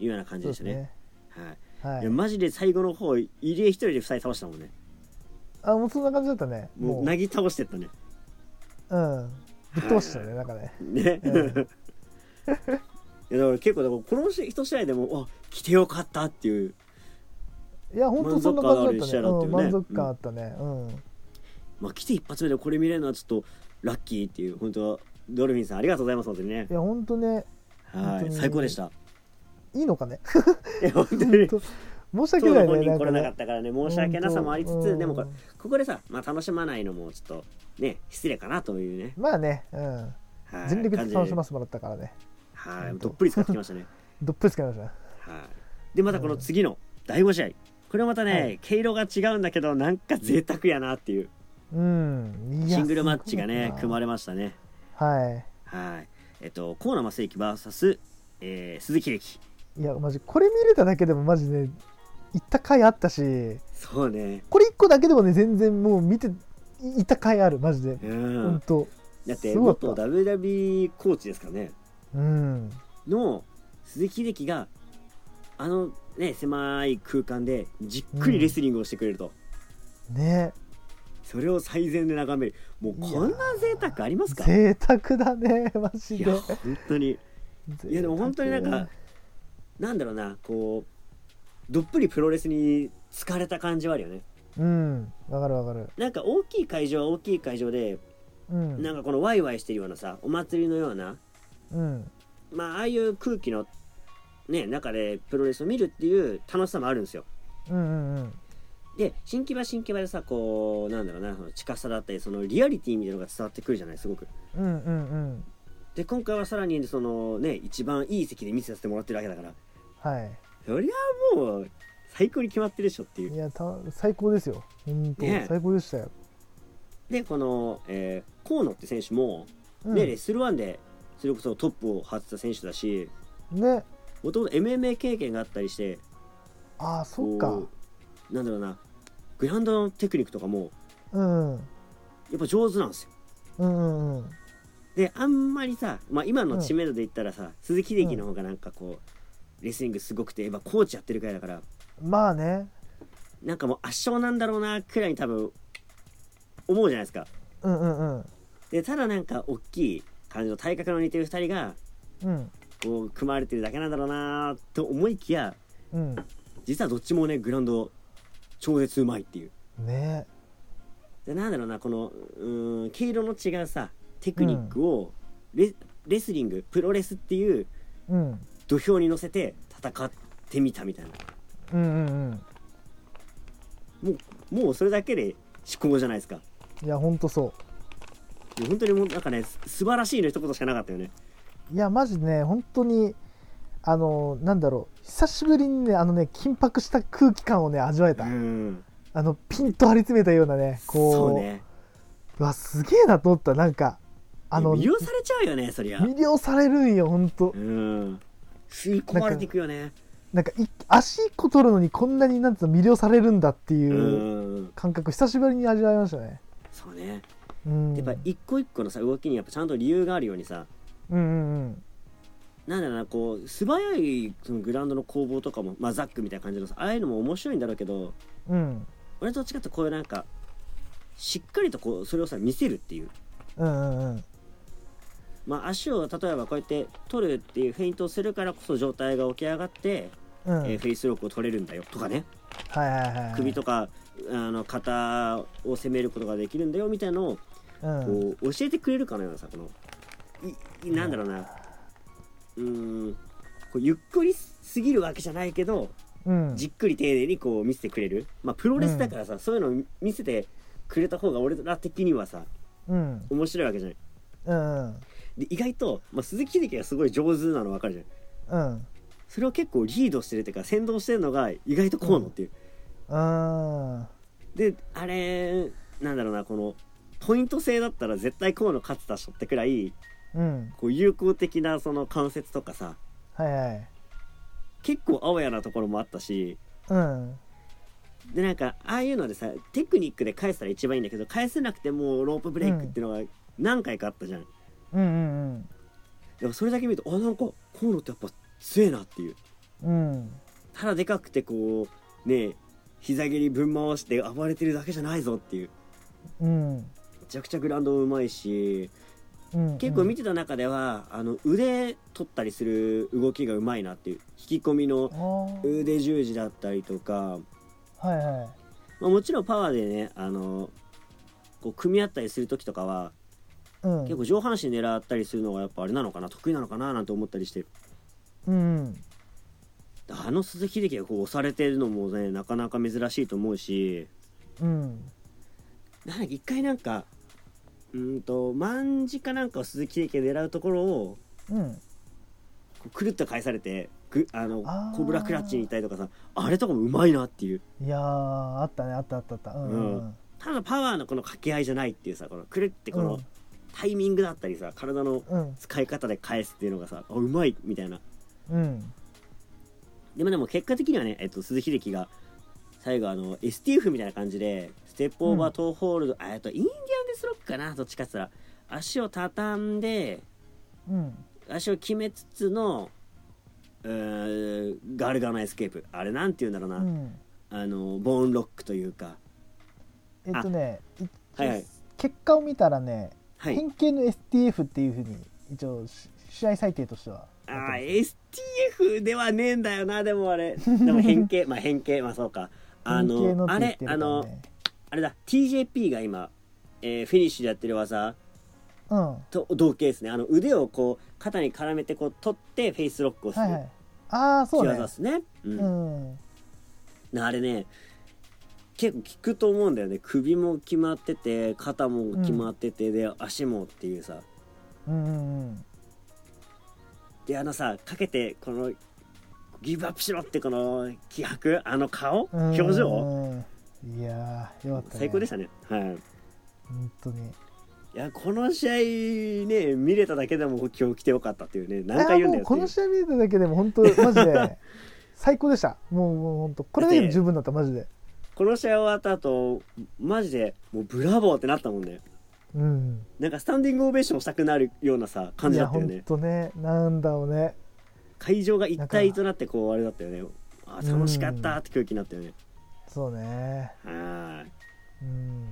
[SPEAKER 2] いうような感じ
[SPEAKER 1] そう
[SPEAKER 2] で
[SPEAKER 1] です
[SPEAKER 2] したね
[SPEAKER 1] ね。
[SPEAKER 2] はい
[SPEAKER 1] はい
[SPEAKER 2] や
[SPEAKER 1] い。
[SPEAKER 2] マジで最後の方入江一人で2人倒したもんね
[SPEAKER 1] あもうそんな感じだったね。
[SPEAKER 2] も
[SPEAKER 1] も
[SPEAKER 2] う
[SPEAKER 1] う
[SPEAKER 2] なぎ倒してったね
[SPEAKER 1] うんぶっ通してたねなんかね。
[SPEAKER 2] ね、 [laughs]
[SPEAKER 1] うん
[SPEAKER 2] いやだから結構だからこの一試合でもあ来てよかったっていう
[SPEAKER 1] いや本当そんな感じだったねうん満
[SPEAKER 2] 満
[SPEAKER 1] 足感
[SPEAKER 2] 足感
[SPEAKER 1] あ
[SPEAKER 2] あ
[SPEAKER 1] ったねうん、
[SPEAKER 2] まあ、来て一発目でこれ見れるのはちょっとラッキーっていう本当ドルフィンさんありがとうございます本当にね
[SPEAKER 1] いや本当ね本
[SPEAKER 2] は
[SPEAKER 1] 当に
[SPEAKER 2] い最高でした
[SPEAKER 1] いいのかね
[SPEAKER 2] い [laughs] や本当
[SPEAKER 1] [laughs] 本
[SPEAKER 2] に
[SPEAKER 1] 当申し
[SPEAKER 2] [laughs] 当
[SPEAKER 1] 訳
[SPEAKER 2] の
[SPEAKER 1] ない
[SPEAKER 2] [laughs] 本
[SPEAKER 1] ね
[SPEAKER 2] 人
[SPEAKER 1] なんか
[SPEAKER 2] 来れなか
[SPEAKER 1] ね
[SPEAKER 2] ったからね申し訳なさもありつ
[SPEAKER 1] 本
[SPEAKER 2] つ
[SPEAKER 1] 当
[SPEAKER 2] でもこれ
[SPEAKER 1] うん
[SPEAKER 2] ここでさ、まあ、楽しまないのもちょっとね失礼かなというね、
[SPEAKER 1] まあね、うん、
[SPEAKER 2] はい、
[SPEAKER 1] 全力で楽しませ
[SPEAKER 2] せ
[SPEAKER 1] てもらったからね
[SPEAKER 2] は
[SPEAKER 1] ほん
[SPEAKER 2] い
[SPEAKER 1] と
[SPEAKER 2] どっぷり使ってきましたね
[SPEAKER 1] どっぷりつけましたね
[SPEAKER 2] はいでまたこの次の第5試合これはまたね、
[SPEAKER 1] はい
[SPEAKER 2] 毛色が違うんだけどなんか贅沢やなっていう
[SPEAKER 1] うんいや
[SPEAKER 2] シングルマッチがね組ま
[SPEAKER 1] れ
[SPEAKER 2] れましたね
[SPEAKER 1] は
[SPEAKER 2] はいえっと河野正幸 VS、えー、鈴木力
[SPEAKER 1] いいやマジこれ見れただけでもマジね行った回あったし
[SPEAKER 2] そうね
[SPEAKER 1] これ1個だけでもね全然もう見ていた回あるマジで
[SPEAKER 2] う
[SPEAKER 1] 本
[SPEAKER 2] ん
[SPEAKER 1] 当
[SPEAKER 2] だって
[SPEAKER 1] すごか
[SPEAKER 2] 元
[SPEAKER 1] った
[SPEAKER 2] WWE コーチですからね
[SPEAKER 1] うん
[SPEAKER 2] の鈴木秀樹があのね狭い空間でじっくりレスリングをしてくれると、
[SPEAKER 1] ね
[SPEAKER 2] それを最善で眺めるもうこんな贅沢ありますかい
[SPEAKER 1] 贅沢だねマジで
[SPEAKER 2] や本当にいやでも本当になんか
[SPEAKER 1] 贅
[SPEAKER 2] なんだろうなこうどっぷりプロレスに疲れた感じはあるよね
[SPEAKER 1] 沢うんわかるわかる
[SPEAKER 2] なんか大きい会場は大きい会場で、
[SPEAKER 1] うん
[SPEAKER 2] なんかこのワイワイしてるようなさお祭りのような
[SPEAKER 1] うん
[SPEAKER 2] まあああいう空気のね中でプロレスを見るっていう楽しさもあるんですよ
[SPEAKER 1] うんうんうん
[SPEAKER 2] で新木場新木場でさこうなんだろうなその近さだったりそのリアリティみたいなのが伝わってくるじゃないすごく
[SPEAKER 1] うんうんうん
[SPEAKER 2] で今回はさらにそのね一番いい席で見せさせてもらってるわけだから
[SPEAKER 1] はい
[SPEAKER 2] そりゃもう最高に決まってるでしょっていう
[SPEAKER 1] いやた最高ですよ本当、
[SPEAKER 2] ね
[SPEAKER 1] 最高でしたよ、
[SPEAKER 2] でこの、えー河野って選手も、
[SPEAKER 1] うん、
[SPEAKER 2] ねレッスルワンでそれこそトップを張ってた選手だし
[SPEAKER 1] ね
[SPEAKER 2] もともと MMA 経験があったりして
[SPEAKER 1] ああそっか
[SPEAKER 2] こうなんだろうなグラウンドのテクニックとかも
[SPEAKER 1] うんうん
[SPEAKER 2] やっぱ上手なんですよ
[SPEAKER 1] うんうん
[SPEAKER 2] であんまりさ、まあ、今の知名度で言ったらさ、鈴木秀樹の方がなんかこうレスリングすごくてやっぱコーチやってるからいだから
[SPEAKER 1] まあね
[SPEAKER 2] なんかもう圧勝なんだろうなくらいに多分思うじゃないですか
[SPEAKER 1] うんうんうん
[SPEAKER 2] でただなんか大きい感じの体格の似てる2人が
[SPEAKER 1] うん
[SPEAKER 2] こう組まれてるだけなんだろうなと思いきや
[SPEAKER 1] うん
[SPEAKER 2] 実はどっちもねグラウンド超絶うまいっていう
[SPEAKER 1] ね
[SPEAKER 2] でなんだろうなこのうーん毛色の違うさテクニックをレ,、レスリングプロレスっていう
[SPEAKER 1] うん
[SPEAKER 2] 土俵に乗せて戦ってみたみたいな
[SPEAKER 1] うんうんうん
[SPEAKER 2] もうそれだけで思考じゃないですか
[SPEAKER 1] いや本当そ
[SPEAKER 2] いや本当にもうなんかねす素晴らしいの一言しかなかったよね
[SPEAKER 1] ういやマジね本当にあのなんだろう久しぶりにねあのね緊迫した空気感をね味わえ
[SPEAKER 2] う
[SPEAKER 1] た、
[SPEAKER 2] ん
[SPEAKER 1] あのピンと張り詰めたようなねこう
[SPEAKER 2] そうね
[SPEAKER 1] うわすげえなと思ったなんかあの
[SPEAKER 2] いや魅了されちゃうよねそりゃ
[SPEAKER 1] 魅了されるんよ本当
[SPEAKER 2] うん吸い込まれていくよね
[SPEAKER 1] なんかい足一個取るのにこんなになんつうの魅了されるんだって
[SPEAKER 2] う
[SPEAKER 1] いうん感覚久しぶりに味わいましたね
[SPEAKER 2] そうね
[SPEAKER 1] うん
[SPEAKER 2] やっぱ
[SPEAKER 1] うん
[SPEAKER 2] 一個一個のさ動きにやっぱちゃんと理由があるようにさ
[SPEAKER 1] うんうん
[SPEAKER 2] なんだろうなこう素早いそのグラウンドの攻防とかも、まあ、ザックみたいな感じのさああいうのも面白いんだろうけど
[SPEAKER 1] うん
[SPEAKER 2] 俺と違ってこういうなんかしっかりとこうそれをさ見せるっていう、
[SPEAKER 1] うんうんうん
[SPEAKER 2] まあ、足を例えばこうやって取るっていうフェイントをするからこそ状態が起き上がって、
[SPEAKER 1] うん
[SPEAKER 2] えーフェイスロックを取れるんだよとかね
[SPEAKER 1] はいはいはいはい
[SPEAKER 2] 首とかあの肩を攻めることができるんだよみたいなのを
[SPEAKER 1] うん
[SPEAKER 2] こう教えてくれるかのようなさこのいいなんだろうなうーんこうゆっくりすぎるわけじゃないけど
[SPEAKER 1] うん
[SPEAKER 2] じっくり丁寧にこう見せてくれるまあプロレスだからさ、そういうの見せてくれた方が俺ら的にはさ
[SPEAKER 1] うん
[SPEAKER 2] 面白いわけじゃない
[SPEAKER 1] うんうん
[SPEAKER 2] で意外と、まあ、鈴木秀樹がすごい上手なの分かるじゃん
[SPEAKER 1] うん
[SPEAKER 2] それを結構リードしてるっていうか先導してるのが意外と河野っていう、
[SPEAKER 1] あ
[SPEAKER 2] であれなんだろうなこのポイント制だったら絶対河野勝ってた人ってくらい
[SPEAKER 1] ーうん
[SPEAKER 2] こう友好的なその関節とかさ
[SPEAKER 1] はいはい
[SPEAKER 2] 結構あわやなところもあったし
[SPEAKER 1] うん
[SPEAKER 2] でなんかああいうのでさテクニックで返したら一番いいんだけど返せなくてもうロープブレイクっていうのが何回かあったじゃん、
[SPEAKER 1] うんうん
[SPEAKER 2] でもそれだけ見るとあなんかこういうのってやっぱ強えなっていう
[SPEAKER 1] うんうん
[SPEAKER 2] ただでかくてこうねえ膝蹴りぶん回して暴れてるだけじゃないぞっていう
[SPEAKER 1] うん
[SPEAKER 2] めちゃくちゃグラウンドうまいし
[SPEAKER 1] うん
[SPEAKER 2] 結構見てた中では、あの腕取ったりする動きがうまいなっていう引き込みの
[SPEAKER 1] あー
[SPEAKER 2] 腕十字だったりとか
[SPEAKER 1] はいはい
[SPEAKER 2] まあ、もちろんパワーでねあのこう組み合ったりする時とかは、
[SPEAKER 1] うん
[SPEAKER 2] 結構上半身狙ったりするのがやっぱあれなのかな得意なのかななんて思ったりして
[SPEAKER 1] うん
[SPEAKER 2] あの鈴木秀樹がこう押されてるのもねなかなか珍しいと思うし
[SPEAKER 1] うん
[SPEAKER 2] なんか一回なんかうーんと万字かなんかを鈴木秀樹が狙うところを
[SPEAKER 1] うん
[SPEAKER 2] こうくるっと返されてぐあの
[SPEAKER 1] あー
[SPEAKER 2] コブラクラッチにいたりとかさあれとかもうまいなっていう
[SPEAKER 1] いやーあったねあったあったあったうんうんうん
[SPEAKER 2] ただパワーのこの掛け合いじゃないっていうさこのくるってこ
[SPEAKER 1] う
[SPEAKER 2] の
[SPEAKER 1] ん
[SPEAKER 2] タイミングだったりさ体の
[SPEAKER 1] うん
[SPEAKER 2] 使い方で返すっていうのがさあうまいみたいな
[SPEAKER 1] うん
[SPEAKER 2] でもでも結果的にはね、えっと、鈴木秀樹が最後あの STF みたいな感じでステップオーバートーホールド、あえっとインディアンデスロックかなどっちかっつったら足を畳んで
[SPEAKER 1] うん
[SPEAKER 2] 足を決めつつのうーガルガのエスケープあれなんて言うんだろうな、
[SPEAKER 1] うん
[SPEAKER 2] あのボーンロックというか
[SPEAKER 1] えっとねい
[SPEAKER 2] はいはい
[SPEAKER 1] 結果を見たらね
[SPEAKER 2] はい
[SPEAKER 1] 変形の STF っていうふうに一応し試合最低としては
[SPEAKER 2] あ
[SPEAKER 1] なって
[SPEAKER 2] ー STF ではねえんだよなでもあれでも変形ま [laughs] あ変形まあそうかあ
[SPEAKER 1] ます変形
[SPEAKER 2] のあ
[SPEAKER 1] って言っ
[SPEAKER 2] れ
[SPEAKER 1] てるから
[SPEAKER 2] あの
[SPEAKER 1] ね
[SPEAKER 2] あれだ TJP が今、えーフィニッシュでやってる技
[SPEAKER 1] うん
[SPEAKER 2] と同型ですねあの腕をこう肩に絡めてこう取ってフェイスロックをする
[SPEAKER 1] はいはいああ
[SPEAKER 2] 仕
[SPEAKER 1] そう
[SPEAKER 2] 業
[SPEAKER 1] ね
[SPEAKER 2] ですねう
[SPEAKER 1] うんんうん
[SPEAKER 2] あれね結構効くと思うんだよね首も決まってて肩も決まってて、で足もっていうさ
[SPEAKER 1] うんうん
[SPEAKER 2] であのさかけてこのギブアップしろってこの気迫あの顔
[SPEAKER 1] うん
[SPEAKER 2] 表情
[SPEAKER 1] いやーよかった、ね、
[SPEAKER 2] 最高でしたねはい
[SPEAKER 1] 本当に
[SPEAKER 2] いやこの試合ね見れただけでも今日来てよかったっていうね何回言うんだ
[SPEAKER 1] あーも
[SPEAKER 2] よって
[SPEAKER 1] こ
[SPEAKER 2] いう
[SPEAKER 1] の試合見れただけでも本
[SPEAKER 2] [laughs]
[SPEAKER 1] 当マジで最高でしたもうもう本当これだけでも十分だったマジで
[SPEAKER 2] この試合終わった後マジでもうブラボーってなったもんね
[SPEAKER 1] うん
[SPEAKER 2] なんかスタンディングオベーションしたくなるようなさ感じだったよ
[SPEAKER 1] いや
[SPEAKER 2] ね
[SPEAKER 1] 本当ねなんだろうね
[SPEAKER 2] 会場が一体となってこうあれだったよねあー楽しかったって空気になったよね
[SPEAKER 1] そうね
[SPEAKER 2] はーい
[SPEAKER 1] うん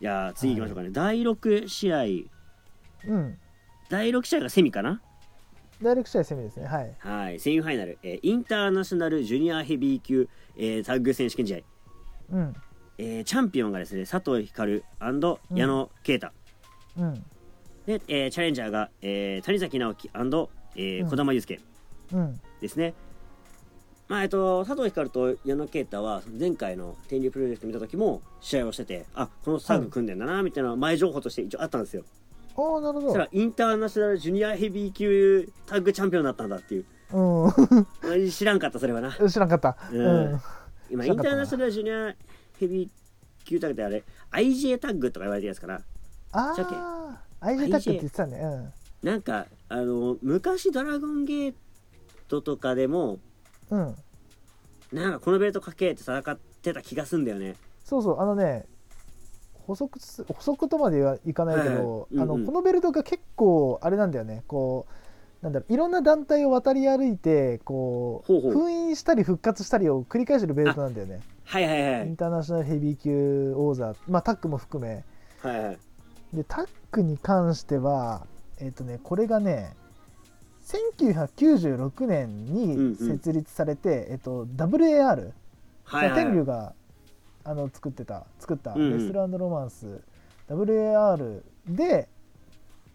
[SPEAKER 2] いやー次行きましょうかね、第6試合
[SPEAKER 1] うん
[SPEAKER 2] 第6試合がセミかな
[SPEAKER 1] ダイレクト試合攻めですねはい
[SPEAKER 2] はいセミファイナル、えーインターナショナルジュニアヘビー級、えータッグ選手権試合、
[SPEAKER 1] うん
[SPEAKER 2] えーチャンピオンがですね佐藤光矢野啓太、
[SPEAKER 1] うん
[SPEAKER 2] で、えーチャレンジャーが、えー谷崎直樹えー
[SPEAKER 1] うん
[SPEAKER 2] 児玉悠介
[SPEAKER 1] うん
[SPEAKER 2] ですね。まあえっと、佐藤光と矢野啓太は前回の天竜プロジェクト見た時も試合をしててあこのタッグ組んでんだなみたいな前情報として一応あったんですよ、
[SPEAKER 1] おおなる
[SPEAKER 2] そ
[SPEAKER 1] ほ
[SPEAKER 2] したらインターナショナルジュニアヘビー級タッグチャンピオンだったんだっていう
[SPEAKER 1] ど
[SPEAKER 2] うん知らんかったそれはな
[SPEAKER 1] うん [laughs] 知らんかった
[SPEAKER 2] う
[SPEAKER 1] うんん
[SPEAKER 2] 今
[SPEAKER 1] 知
[SPEAKER 2] イ
[SPEAKER 1] ら
[SPEAKER 2] ン
[SPEAKER 1] んか
[SPEAKER 2] タ
[SPEAKER 1] ったな
[SPEAKER 2] ーナショナルジュニアヘビー級タッグってあれ IJ タッグとか言われてるやつかな
[SPEAKER 1] あ
[SPEAKER 2] じゃけ
[SPEAKER 1] あ IJ タックって言ってたね
[SPEAKER 2] なんかあの昔ドラゴンゲートとかでも
[SPEAKER 1] うんうん
[SPEAKER 2] なんかこのベルトかけって戦ってた気がすんだよね
[SPEAKER 1] そうそうあのね補足つ補足とまではいかないけど、
[SPEAKER 2] はいはいうんうん
[SPEAKER 1] あのこのベルトが結構あれなんだよねこうなんだろういろんな団体を渡り歩いてこう
[SPEAKER 2] ほうほう
[SPEAKER 1] 封印したり復活したりを繰り返してるベルトなんだよね
[SPEAKER 2] はいはいは
[SPEAKER 1] イン
[SPEAKER 2] い
[SPEAKER 1] ターナショナルヘビー級王座、まあ、タックも含め
[SPEAKER 2] はいはい
[SPEAKER 1] でタックに関してはえっ、とねこれがね1996年
[SPEAKER 2] うんうん
[SPEAKER 1] に設立されて、えっと WAR
[SPEAKER 2] はいはい
[SPEAKER 1] 天竜があの作ってた作った「
[SPEAKER 2] うんうん
[SPEAKER 1] レスランドロマンス WAR」で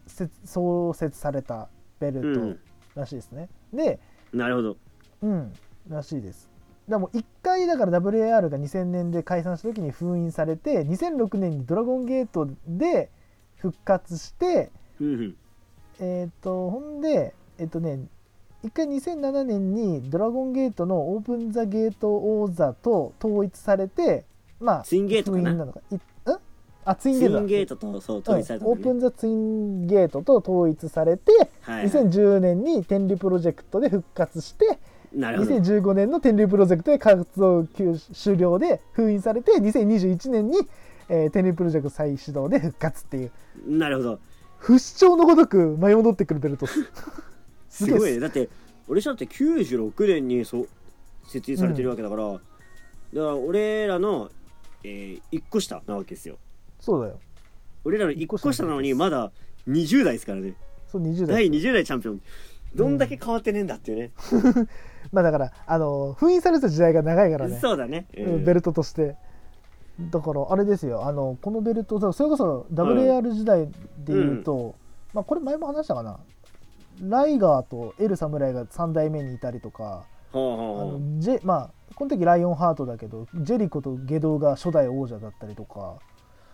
[SPEAKER 1] せ創設されたベ
[SPEAKER 2] う
[SPEAKER 1] ル
[SPEAKER 2] ん
[SPEAKER 1] トらしいですね、で
[SPEAKER 2] なるほど
[SPEAKER 1] うんらしいですでも1回だから WAR が2000年で解散した時に封印されて2006年に「ドラゴンゲート」で復活して
[SPEAKER 2] うんうん
[SPEAKER 1] えっ、とほんでえっ、とね一回2007年に「ドラゴンゲート」のオープン・ザ・ゲート王座と統一されてまあ
[SPEAKER 2] ツインゲートかな
[SPEAKER 1] 封印なのかいんあツイン
[SPEAKER 2] ツ
[SPEAKER 1] ゲ
[SPEAKER 2] イ
[SPEAKER 1] ートだ
[SPEAKER 2] ンゲートとそう統一された
[SPEAKER 1] うんんオープ
[SPEAKER 2] だね
[SPEAKER 1] ン・ザ・ツインゲートと統一されて、
[SPEAKER 2] はいはい
[SPEAKER 1] 2010年に天竜プロジェクトで復活して
[SPEAKER 2] なるほど
[SPEAKER 1] 2015年の天竜プロジェクトで活動休止終了で封印されて2021年に、えー天竜プロジェクト再始動で復活っていう
[SPEAKER 2] なるほど
[SPEAKER 1] 不死鳥のごとく舞い戻ってくるベルトっす
[SPEAKER 2] す
[SPEAKER 1] げえっす
[SPEAKER 2] ごいねだって俺だって96年にそう設立されてるわけだから、だから俺らの、え1個下なわけですよ
[SPEAKER 1] そうだよ
[SPEAKER 2] 俺らの1個下なのにまだ20代ですからね
[SPEAKER 1] そう20代
[SPEAKER 2] 第20代チャンピオンどんだけ変わってねえんだっていうね、
[SPEAKER 1] まあだからあの封印されてた時代が長いからね、
[SPEAKER 2] そうだね、う
[SPEAKER 1] うん
[SPEAKER 2] ん
[SPEAKER 1] ベルトとしてだからあれですよあのこのベルトそれこそ WAR 時代でいうと、まあ、これ前も話したかなライガーとエル侍が3代目にいたりとか
[SPEAKER 2] ほう
[SPEAKER 1] あ
[SPEAKER 2] ほうほ
[SPEAKER 1] の
[SPEAKER 2] う
[SPEAKER 1] ジェまあこの時ライオンハートだけどジェリコとゲドウが初代王者だったりとか、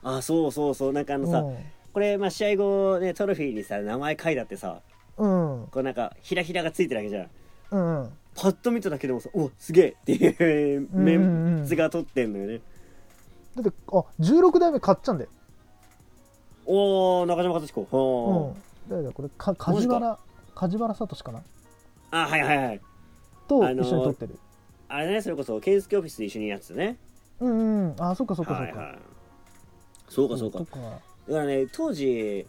[SPEAKER 2] あそうそうそうなんかあのさ、
[SPEAKER 1] う
[SPEAKER 2] これまあ試合後ねトロフィーにさ名前書いてあってさ
[SPEAKER 1] ん、うん
[SPEAKER 2] こうなんかひらひらがついてるわけじゃん
[SPEAKER 1] うんうん
[SPEAKER 2] パッと見ただけでもさおすげえっていう
[SPEAKER 1] うん
[SPEAKER 2] メ
[SPEAKER 1] うんうん
[SPEAKER 2] ンツが取ってんのよね
[SPEAKER 1] だってあ16代目買っちゃうんだよ、
[SPEAKER 2] おお中島克彦
[SPEAKER 1] う
[SPEAKER 2] ほ
[SPEAKER 1] ん、誰だこれか梶原梶原聡かな
[SPEAKER 2] うあはいはいはい
[SPEAKER 1] と
[SPEAKER 2] あ
[SPEAKER 1] 一緒
[SPEAKER 2] のー
[SPEAKER 1] に撮ってる、
[SPEAKER 2] あれねそれこそ健介オフィスで一緒にやってたね
[SPEAKER 1] うんうんあそうかそうかそうか、
[SPEAKER 2] はいはいそうかそうか
[SPEAKER 1] と
[SPEAKER 2] だか
[SPEAKER 1] から
[SPEAKER 2] ね当時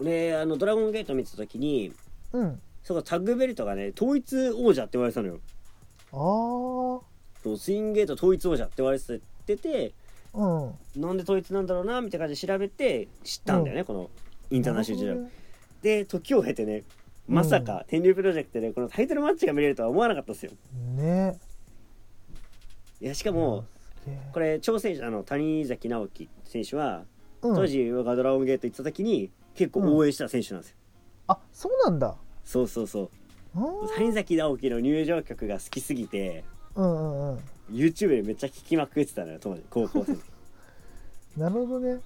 [SPEAKER 2] 俺あのドラゴンゲート見てた時に
[SPEAKER 1] うん
[SPEAKER 2] そうかタッグベルトがね統一王者って言われてたのよ
[SPEAKER 1] あー
[SPEAKER 2] そうスイングゲート統一王者って言われてて
[SPEAKER 1] うん
[SPEAKER 2] なんで統一なんだろうなみたいな感じで調べて知ったんだよね、このインターナショナル時代
[SPEAKER 1] なる
[SPEAKER 2] で時を経てねまさか天竜プロジェクトでこのタイトルマッチが見れるとは思わなかったですよ
[SPEAKER 1] ほどねね
[SPEAKER 2] いやしかも
[SPEAKER 1] すげえ
[SPEAKER 2] これ挑戦者の谷崎直樹選手は
[SPEAKER 1] うん
[SPEAKER 2] 当時僕がドラゴンゲート行った時に結構応援した選手なんですよ、
[SPEAKER 1] あそうなんだ
[SPEAKER 2] そうそうそう
[SPEAKER 1] あー
[SPEAKER 2] 谷崎直樹の入場曲が好きすぎて
[SPEAKER 1] うんうんうん
[SPEAKER 2] YouTube でめっちゃ聴きまくってたのよ当時高
[SPEAKER 1] [laughs]
[SPEAKER 2] 校生の時
[SPEAKER 1] なるほどね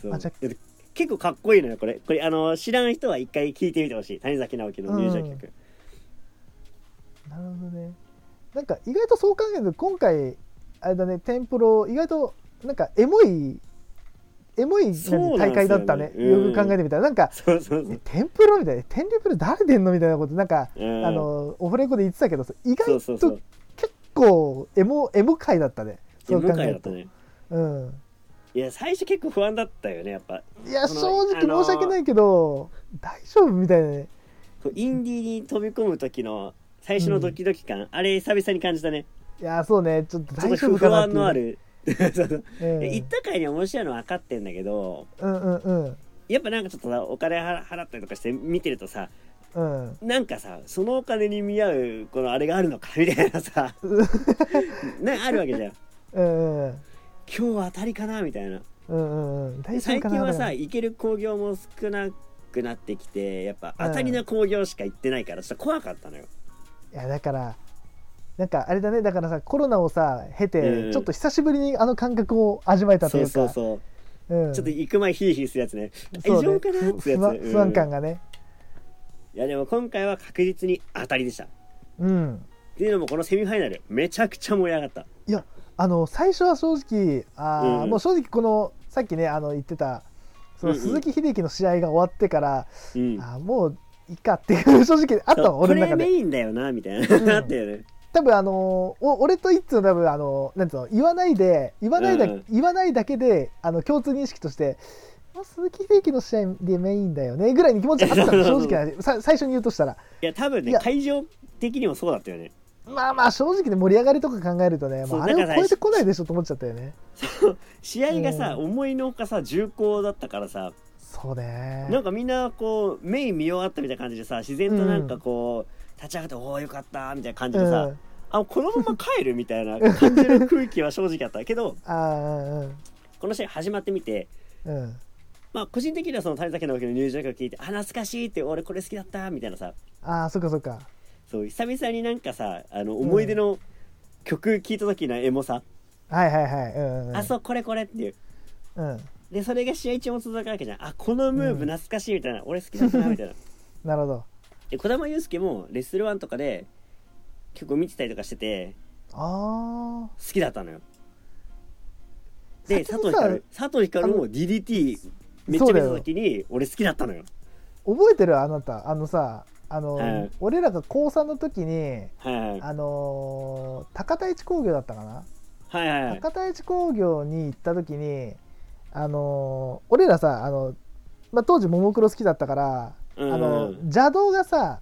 [SPEAKER 2] そう
[SPEAKER 1] あじゃ
[SPEAKER 2] で結構かっこいいのよこれこれあの知らん人は一回聴いてみてほしい谷崎直樹の入場曲、
[SPEAKER 1] なるほどねなんか意外とそう考えると今回あれだね天ぷロ意外となんかエモいエモい何
[SPEAKER 2] そうなんです
[SPEAKER 1] 大会
[SPEAKER 2] よね
[SPEAKER 1] だったね
[SPEAKER 2] うん
[SPEAKER 1] よく考えてみたらなんか
[SPEAKER 2] そうそうそう
[SPEAKER 1] 「天ぷロみたいな「天ぷロ誰出んの?」みたいなことなんか、
[SPEAKER 2] うん
[SPEAKER 1] あのオフレコで言ってたけどさ意
[SPEAKER 2] そ
[SPEAKER 1] 外
[SPEAKER 2] うそうそ
[SPEAKER 1] と
[SPEAKER 2] う
[SPEAKER 1] 結構エモエモ回だったね
[SPEAKER 2] で
[SPEAKER 1] そう
[SPEAKER 2] 向
[SPEAKER 1] 考
[SPEAKER 2] 井
[SPEAKER 1] え
[SPEAKER 2] だ
[SPEAKER 1] る
[SPEAKER 2] っ
[SPEAKER 1] と
[SPEAKER 2] たね
[SPEAKER 1] うん
[SPEAKER 2] いや最初結構不安だったよねやっぱ
[SPEAKER 1] いや
[SPEAKER 2] そ
[SPEAKER 1] 正
[SPEAKER 2] の
[SPEAKER 1] 直
[SPEAKER 2] あのー
[SPEAKER 1] 申し訳ないけど、大丈夫みたいなね
[SPEAKER 2] こうインディーに飛び込む時の最初のドキドキ感、あれ久々に感じたね
[SPEAKER 1] いやそうねちょっと
[SPEAKER 2] ちょ
[SPEAKER 1] 大
[SPEAKER 2] っ
[SPEAKER 1] 丈
[SPEAKER 2] と
[SPEAKER 1] 夫か
[SPEAKER 2] 不
[SPEAKER 1] なっ
[SPEAKER 2] 安
[SPEAKER 1] て
[SPEAKER 2] のあ
[SPEAKER 1] いう
[SPEAKER 2] る [laughs] そうそう
[SPEAKER 1] うん
[SPEAKER 2] 行った回に面白いのは分かってんだけど
[SPEAKER 1] うんうんうん
[SPEAKER 2] やっぱなんかちょっとさお金払払ったりとかして見てるとさ
[SPEAKER 1] うん
[SPEAKER 2] なんかさそのお金に見合うこのあれがあるのか [laughs] みたい
[SPEAKER 1] [laughs]
[SPEAKER 2] なさなあるわけじゃん
[SPEAKER 1] うんうん
[SPEAKER 2] 今日は当たりかなみたいな
[SPEAKER 1] うんうん、大丈夫
[SPEAKER 2] 最
[SPEAKER 1] か
[SPEAKER 2] 近
[SPEAKER 1] な
[SPEAKER 2] は
[SPEAKER 1] だか
[SPEAKER 2] さ
[SPEAKER 1] ら
[SPEAKER 2] 行ける興行も少なくなってきてやっぱ
[SPEAKER 1] うん
[SPEAKER 2] 当たりな興行しか行ってないからちょっと怖かったのよ
[SPEAKER 1] いやだからなんかあれだねだからさコロナをさ経て、
[SPEAKER 2] うん
[SPEAKER 1] ちょっと久しぶりにあの感覚を味わえたと
[SPEAKER 2] そ
[SPEAKER 1] いう
[SPEAKER 2] う
[SPEAKER 1] か
[SPEAKER 2] そうそう
[SPEAKER 1] うん
[SPEAKER 2] ちょっと行く前ヒリヒリするやつね
[SPEAKER 1] そう
[SPEAKER 2] 大丈夫かな
[SPEAKER 1] ふ
[SPEAKER 2] ってやつ
[SPEAKER 1] 不安
[SPEAKER 2] うん
[SPEAKER 1] 不安感がね
[SPEAKER 2] いやでも今回は確実に当たりでしたっ
[SPEAKER 1] うん
[SPEAKER 2] ていうのもこのセミファイナルめちゃくちゃ盛り上がった
[SPEAKER 1] いやあの最初は正直あー、
[SPEAKER 2] うん
[SPEAKER 1] もう正直このさっきねあの言ってたその
[SPEAKER 2] うんうん
[SPEAKER 1] 鈴木秀樹の試合が終わってから、
[SPEAKER 2] うん
[SPEAKER 1] あーもういいかっていう正直あった
[SPEAKER 2] そう
[SPEAKER 1] の俺の
[SPEAKER 2] こ
[SPEAKER 1] 中
[SPEAKER 2] れ
[SPEAKER 1] で
[SPEAKER 2] メインだよなみたいな、
[SPEAKER 1] うん
[SPEAKER 2] あったよね
[SPEAKER 1] 多分あのーお俺といっつーの多分あのーなんつうの言わないで言わないだ、
[SPEAKER 2] うんうん
[SPEAKER 1] 言わないだけであの共通認識としてまあ鈴木秀樹の試合でメインだよねぐらいに気持ちあった
[SPEAKER 2] [laughs]
[SPEAKER 1] の正直な話さ最初に言うとしたら
[SPEAKER 2] いや多分
[SPEAKER 1] い
[SPEAKER 2] ね
[SPEAKER 1] や
[SPEAKER 2] 会場的にもそうだったよね
[SPEAKER 1] まあまあ正直ね盛り上がりとか考えるとねも
[SPEAKER 2] そうう
[SPEAKER 1] あれ
[SPEAKER 2] だ
[SPEAKER 1] を
[SPEAKER 2] から
[SPEAKER 1] 超えてこないでしょと思っちゃったよね
[SPEAKER 2] 試合がさ、
[SPEAKER 1] う
[SPEAKER 2] 思いのほかさ重厚だったからさ
[SPEAKER 1] そうね
[SPEAKER 2] なんかみんなこうメイン見終わったみたいな感じでさ自然となんかこう、立ち上がって「おおよかった」みたいな感じでさ、
[SPEAKER 1] うん
[SPEAKER 2] あこのまま帰るみたいな [laughs] 感じの空気は正直あったけど
[SPEAKER 1] ああ
[SPEAKER 2] この試合始まってみて
[SPEAKER 1] うんうん
[SPEAKER 2] まあ個人的にはその谷崎直樹の入場曲を聞いて「あ懐かしい」って「俺これ好きだった」みたいなさ
[SPEAKER 1] ああそっかそっか
[SPEAKER 2] そう久々になんかさあの思い出の曲聴いた時のエモさ、
[SPEAKER 1] はいはいはいうんうん
[SPEAKER 2] あそうこれこれっていう
[SPEAKER 1] うん
[SPEAKER 2] でそれが試合中も続くわけじゃんあこのムーブ懐かしいみたいな、俺好きだったなみたいな
[SPEAKER 1] な
[SPEAKER 2] [laughs]
[SPEAKER 1] るほど
[SPEAKER 2] で児玉悠介もレッスルワンとかで結構見てたりとかしてて
[SPEAKER 1] あ
[SPEAKER 2] 好きだったのよで佐
[SPEAKER 1] 先
[SPEAKER 2] 藤
[SPEAKER 1] に
[SPEAKER 2] ひ
[SPEAKER 1] さ
[SPEAKER 2] かる佐藤ひかるも DDT めっちゃ見た時に俺好きだったのよ
[SPEAKER 1] あ覚えてるあなたあのさあの、
[SPEAKER 2] はい
[SPEAKER 1] 俺らが高3の時に
[SPEAKER 2] はいはい
[SPEAKER 1] あのー高田一工業だったかな、
[SPEAKER 2] はいはいはい
[SPEAKER 1] 高田一工業に行った時にあのー俺らさあの、まあ、当時ももクロ好きだったから、
[SPEAKER 2] うん
[SPEAKER 1] あの邪道がさ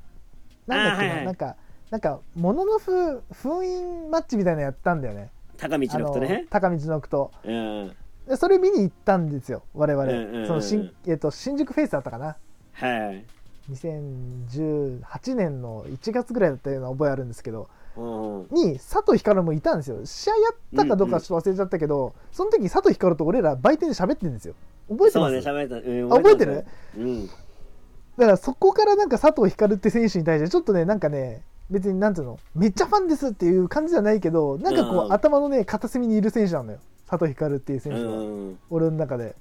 [SPEAKER 1] なんだっけな,、
[SPEAKER 2] あーはいはい
[SPEAKER 1] なんかなんかもののふ封印マッチみたいなのやったんだよね
[SPEAKER 2] 高道のことね
[SPEAKER 1] あの高道のと
[SPEAKER 2] うんはい
[SPEAKER 1] でそれ見に行ったんですよ我々、
[SPEAKER 2] うんうんうんうん
[SPEAKER 1] その新えっと新宿フェイスだったかな
[SPEAKER 2] はい
[SPEAKER 1] 2018年の1月ぐらいだったような覚えあるんですけど
[SPEAKER 2] おうん
[SPEAKER 1] に佐藤光もいたんですよ試合やったかどうかちょっと忘れちゃったけど、その時佐藤光と俺ら売店で喋ってるんですよ覚えて
[SPEAKER 2] そ
[SPEAKER 1] ま
[SPEAKER 2] う
[SPEAKER 1] す
[SPEAKER 2] ね、喋った。うん
[SPEAKER 1] あ覚えてる
[SPEAKER 2] うん。
[SPEAKER 1] だからそこからなんか佐藤光って選手に対してちょっとねなんかね別になんていうのめっちゃファンですっていう感じじゃないけどなんかこう、
[SPEAKER 2] うん
[SPEAKER 1] 頭のね片隅にいる選手なんだよ佐藤光っていう選手は、
[SPEAKER 2] うん。
[SPEAKER 1] 俺の中で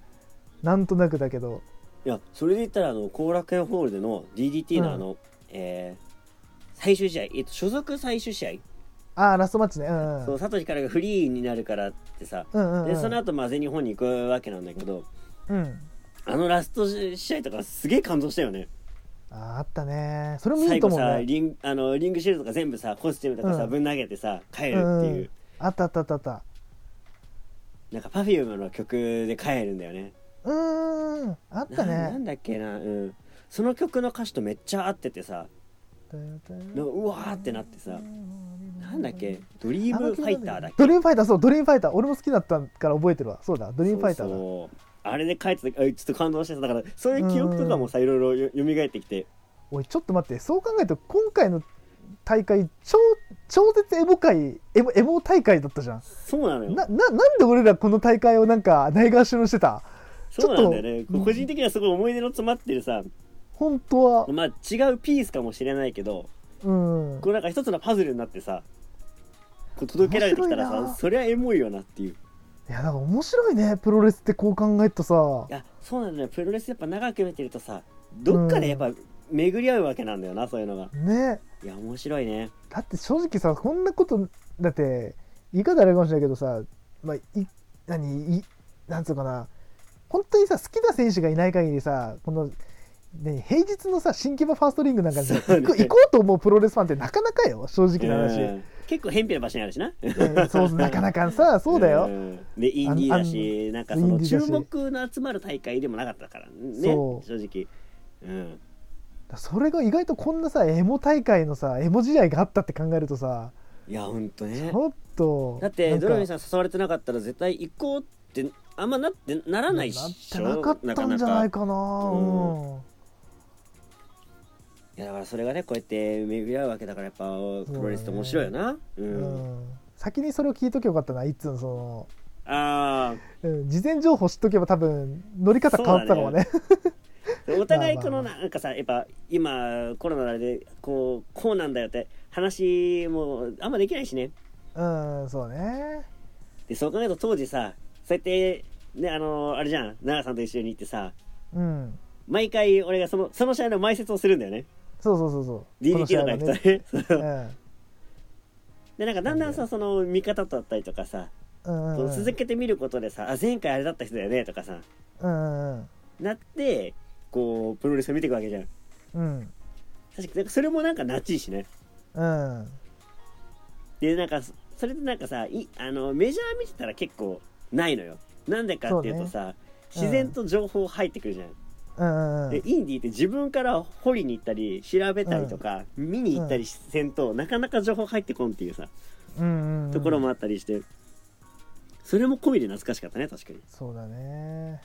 [SPEAKER 1] なんとなくだけど
[SPEAKER 2] いや、それで言ったら、あの、後楽園ホールでの DDT のあの、えー最終試合、えっと、所属最終試合、
[SPEAKER 1] ああラストマッチねうんうん
[SPEAKER 2] そう佐藤光がフリーになるからってさ、
[SPEAKER 1] うんうんうん
[SPEAKER 2] でその後まあ全日本に行くわけなんだけど
[SPEAKER 1] うん
[SPEAKER 2] あのラスト試合とかすげえ感動したよね
[SPEAKER 1] あーあったねそれもい
[SPEAKER 2] 最
[SPEAKER 1] いと
[SPEAKER 2] 後
[SPEAKER 1] 思う
[SPEAKER 2] さ
[SPEAKER 1] ね
[SPEAKER 2] リンあのリングシールドとか全部さコスチュームとかさ
[SPEAKER 1] うん
[SPEAKER 2] ぶん投げてさ帰るって
[SPEAKER 1] うん
[SPEAKER 2] いううん
[SPEAKER 1] あったあったあったあった
[SPEAKER 2] なんか Perfume の曲で帰るんだよね
[SPEAKER 1] うーんあった
[SPEAKER 2] なな
[SPEAKER 1] ね
[SPEAKER 2] んだっけなうんその曲の歌詞とめっちゃ合っててさのうわーってなってさなんだっけドリームファイターだっけ
[SPEAKER 1] ドリームファイターそうドリームファイター俺も好きだったから覚えてるわそうだドリームファイターだ
[SPEAKER 2] そうそうあれで帰ってたあちょっと感動してただからそういう記憶とかもさいろいろよ蘇ってきて
[SPEAKER 1] おいちょっと待ってそう考えると今回の大会超超絶エモ会エモエモ大会だったじゃん
[SPEAKER 2] そうなのよ
[SPEAKER 1] なななんで俺らこの大会をなんかないがしろにしてた
[SPEAKER 2] そうなんだよね
[SPEAKER 1] ちょっとうん
[SPEAKER 2] 個人的にはすごい思い出の詰まってるさ
[SPEAKER 1] 本当は
[SPEAKER 2] まあ違うピースかもしれないけど
[SPEAKER 1] うん
[SPEAKER 2] これなんか一つのパズルになってさこう届けられてきたら
[SPEAKER 1] 面白いな
[SPEAKER 2] さそりゃエモいよなっていう
[SPEAKER 1] いやなんか面白いねプロレスってこう考えるとさ
[SPEAKER 2] いやそうなんだよプロレスやっぱ長く見てるとさどっかでやっぱ巡り合うわけなんだよなそういうのが
[SPEAKER 1] ね
[SPEAKER 2] いや面白いね
[SPEAKER 1] だって正直さこんなことだって言い方あれかもしれないけどさまあい何いなんつうかな本当にさ好きな選手がいない限りさこの、ね、平日のさ新規場ファーストリングなんかにさ
[SPEAKER 2] そうね
[SPEAKER 1] 行く行こうと思うプロレスファンってなかなかよ正直な話、
[SPEAKER 2] うん結構偏僻な場所にあるしな
[SPEAKER 1] うんそうなかなかさそうだよ、
[SPEAKER 2] んでインディーだしなんかそ
[SPEAKER 1] イン
[SPEAKER 2] の
[SPEAKER 1] ディー
[SPEAKER 2] 注
[SPEAKER 1] だし
[SPEAKER 2] 目の集まる大会でもなかったからね
[SPEAKER 1] そ
[SPEAKER 2] 正
[SPEAKER 1] う
[SPEAKER 2] 直うん
[SPEAKER 1] それが意外とこんなさエモ大会のさエモ試合があったって考えるとさ
[SPEAKER 2] いやほんと
[SPEAKER 1] ち
[SPEAKER 2] ね
[SPEAKER 1] ょっと
[SPEAKER 2] だって
[SPEAKER 1] なんか
[SPEAKER 2] ドラミさん誘われてなかったら絶対行こうってあんまなってならないっしょ
[SPEAKER 1] なってなかったんじゃない
[SPEAKER 2] か
[SPEAKER 1] かな
[SPEAKER 2] うん
[SPEAKER 1] うん
[SPEAKER 2] いやだからそれがねこうやって巡り合うわけだからやっぱプロレスって面白いよなう,、ん、
[SPEAKER 1] うん先にそれを聞いとけばよかったないっつうのそ
[SPEAKER 2] ああ
[SPEAKER 1] の、うん、事前情報知っとけば多分乗り方変わってたかもね
[SPEAKER 2] お互いこの
[SPEAKER 1] まあまあ
[SPEAKER 2] なんかさやっぱ今コロナのあれでこうこうなんだよって話もあんまできないしね
[SPEAKER 1] うんそうね
[SPEAKER 2] でそう考えると当時さそうやってねあのあれじゃん奈良さんと一緒に行ってさ
[SPEAKER 1] うん
[SPEAKER 2] 毎回俺がそのその試合の前説をするんだよね
[SPEAKER 1] そうそうそうそう
[SPEAKER 2] DDT とか行くとね [laughs]
[SPEAKER 1] う
[SPEAKER 2] そうんでなんかだんだんさその見方だったりとかさ
[SPEAKER 1] うん
[SPEAKER 2] こ
[SPEAKER 1] うん
[SPEAKER 2] う続けてみることでさあ前回あれだった人だよねとかさ
[SPEAKER 1] うんうん
[SPEAKER 2] なってこうプロレスを見ていくわけじゃん
[SPEAKER 1] うん
[SPEAKER 2] 確かになんかそれもなんかナチいしね
[SPEAKER 1] うん
[SPEAKER 2] でなんかそそれでなんかさいあのメジャー見てたら結構ないのよなんでかっていうとさ
[SPEAKER 1] そうねうん
[SPEAKER 2] 自然と情報入ってくるじゃん、
[SPEAKER 1] うんうん
[SPEAKER 2] でインディーって自分から掘りに行ったり調べたりとか、見に行ったりせんと、なかなか情報入ってこんっていうさ
[SPEAKER 1] うんうん
[SPEAKER 2] ところもあったりして、それも込みで懐かしかったね確かに
[SPEAKER 1] そうだね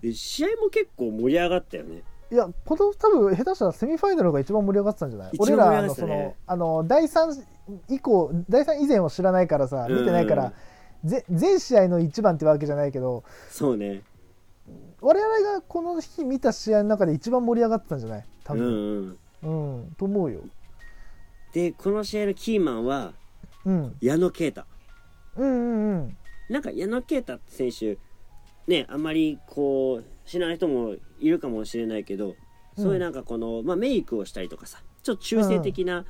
[SPEAKER 2] で試合も結構盛り上がったよね
[SPEAKER 1] いやこの多分下手したらセミファイナルが一番盛り上がってたんじゃない
[SPEAKER 2] 一番
[SPEAKER 1] 俺らあ
[SPEAKER 2] 盛り上が
[SPEAKER 1] の
[SPEAKER 2] って
[SPEAKER 1] そ
[SPEAKER 2] たね
[SPEAKER 1] のあの第3以降第3以前を知らないからさ見てないか
[SPEAKER 2] うん
[SPEAKER 1] ら、ぜ全試合の一番ってわけじゃないけど
[SPEAKER 2] そうね
[SPEAKER 1] 我々がこの日見た試合の中で一番盛り上がってたんじゃない多
[SPEAKER 2] うん
[SPEAKER 1] 分、
[SPEAKER 2] うん
[SPEAKER 1] うんと思うよ、
[SPEAKER 2] でこの試合のキーマンは
[SPEAKER 1] うん、
[SPEAKER 2] 矢野啓太
[SPEAKER 1] うんうんうん
[SPEAKER 2] なんか矢野啓太って選手ねあんまりこう知らない人もいるかもしれないけど、そういうなんかこの、まあ、メイクをしたりとかさちょっと中性的な、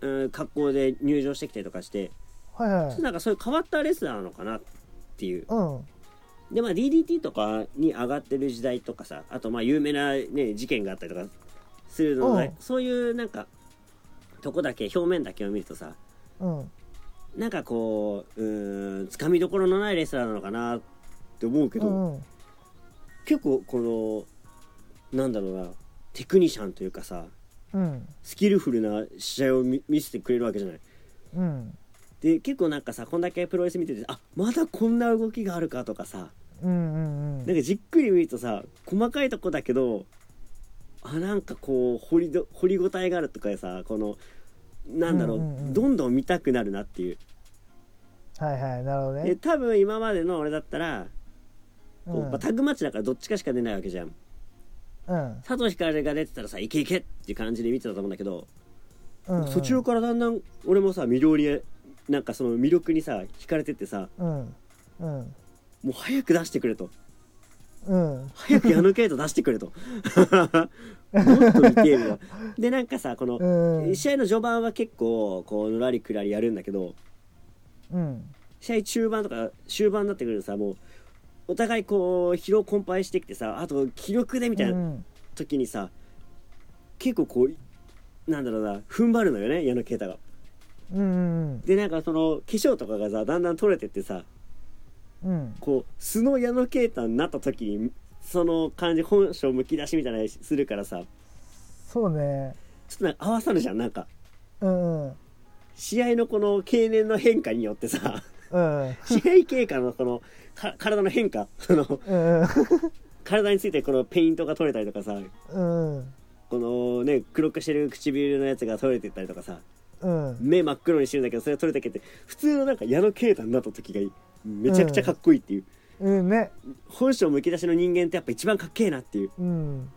[SPEAKER 2] うん、格好で入場してきたりとかして
[SPEAKER 1] はいは
[SPEAKER 2] ちょっ
[SPEAKER 1] い
[SPEAKER 2] となんかそういう変わったレスラーなのかなっていう
[SPEAKER 1] うん
[SPEAKER 2] でまあ DDT とかに上がってる時代とかさあとまあ有名な、ね、事件があったりとかするので、
[SPEAKER 1] うん
[SPEAKER 2] そういうなんかとこだけ表面だけを見るとさ
[SPEAKER 1] うん
[SPEAKER 2] なんかこううーんつかみどころのないレスラーなのかなって思うけ
[SPEAKER 1] う
[SPEAKER 2] ど、
[SPEAKER 1] んうん
[SPEAKER 2] 結構このなんだろうなテクニシャンというかさ
[SPEAKER 1] うん
[SPEAKER 2] スキルフルな試合を見見せてくれるわけじゃない。
[SPEAKER 1] うん
[SPEAKER 2] で結構なんかさこんだけプロレス見ててあまだこんな動きがあるかとかさ
[SPEAKER 1] うんうんうん
[SPEAKER 2] なんかじっくり見るとさ細かいとこだけどあなんかこう掘りど掘りごたえがあるとかさこのなんだろう,、
[SPEAKER 1] うんうんうん
[SPEAKER 2] どんどん見たくなるなっていう
[SPEAKER 1] はいはいなるほど
[SPEAKER 2] で
[SPEAKER 1] ね、
[SPEAKER 2] 多分今までの俺だったら、こう
[SPEAKER 1] うん
[SPEAKER 2] まあタッグマッチだからどっちかしか出ないわけじゃん
[SPEAKER 1] うん
[SPEAKER 2] 佐藤光が出てたらさいけいけっていう感じで見てたと思うんだけど、
[SPEAKER 1] うんうん
[SPEAKER 2] そっちのからだんだん俺もさ魅力になんかその魅力にさ惹かれてってさ
[SPEAKER 1] うんうん
[SPEAKER 2] もう早く出してくれと
[SPEAKER 1] うん
[SPEAKER 2] 早く矢野イト出してく
[SPEAKER 1] [laughs]
[SPEAKER 2] れともっと見てえわでなんかさこの、
[SPEAKER 1] うん
[SPEAKER 2] 試合の序盤は結構こうのらりくらりやるんだけど
[SPEAKER 1] うん
[SPEAKER 2] 試合中盤とか終盤になってくるとさもうお互いこう疲労困憊してきてさあと気力でみたいな
[SPEAKER 1] うん
[SPEAKER 2] 時にさ、結構こうなんだろうな踏ん張るのよね矢野啓太が。
[SPEAKER 1] うんうん
[SPEAKER 2] でなんかその化粧とかがさだんだん取れてってさ
[SPEAKER 1] うん
[SPEAKER 2] こう素の矢野啓太になった時にその感じ本性むき出しみたいなのするからさ
[SPEAKER 1] そうね
[SPEAKER 2] ちょっとなんか合わさるじゃんなんか
[SPEAKER 1] うんうん
[SPEAKER 2] 試合のこの経年の変化によってさ
[SPEAKER 1] うん
[SPEAKER 2] [laughs] 試合経過のこのか体の変化その
[SPEAKER 1] うん
[SPEAKER 2] 体についてこのペイントが取れたりとかさ
[SPEAKER 1] うん
[SPEAKER 2] このね黒くしてる唇のやつが取れてったりとかさ
[SPEAKER 1] うん
[SPEAKER 2] 目真っ黒にしてるんだけどそれが取れたけって普通のなんか矢野啓太になった時がめちゃくちゃかっこいいっていう、
[SPEAKER 1] うんね
[SPEAKER 2] 本性むき出しの人間ってやっぱ一番かっけえなっていう
[SPEAKER 1] うん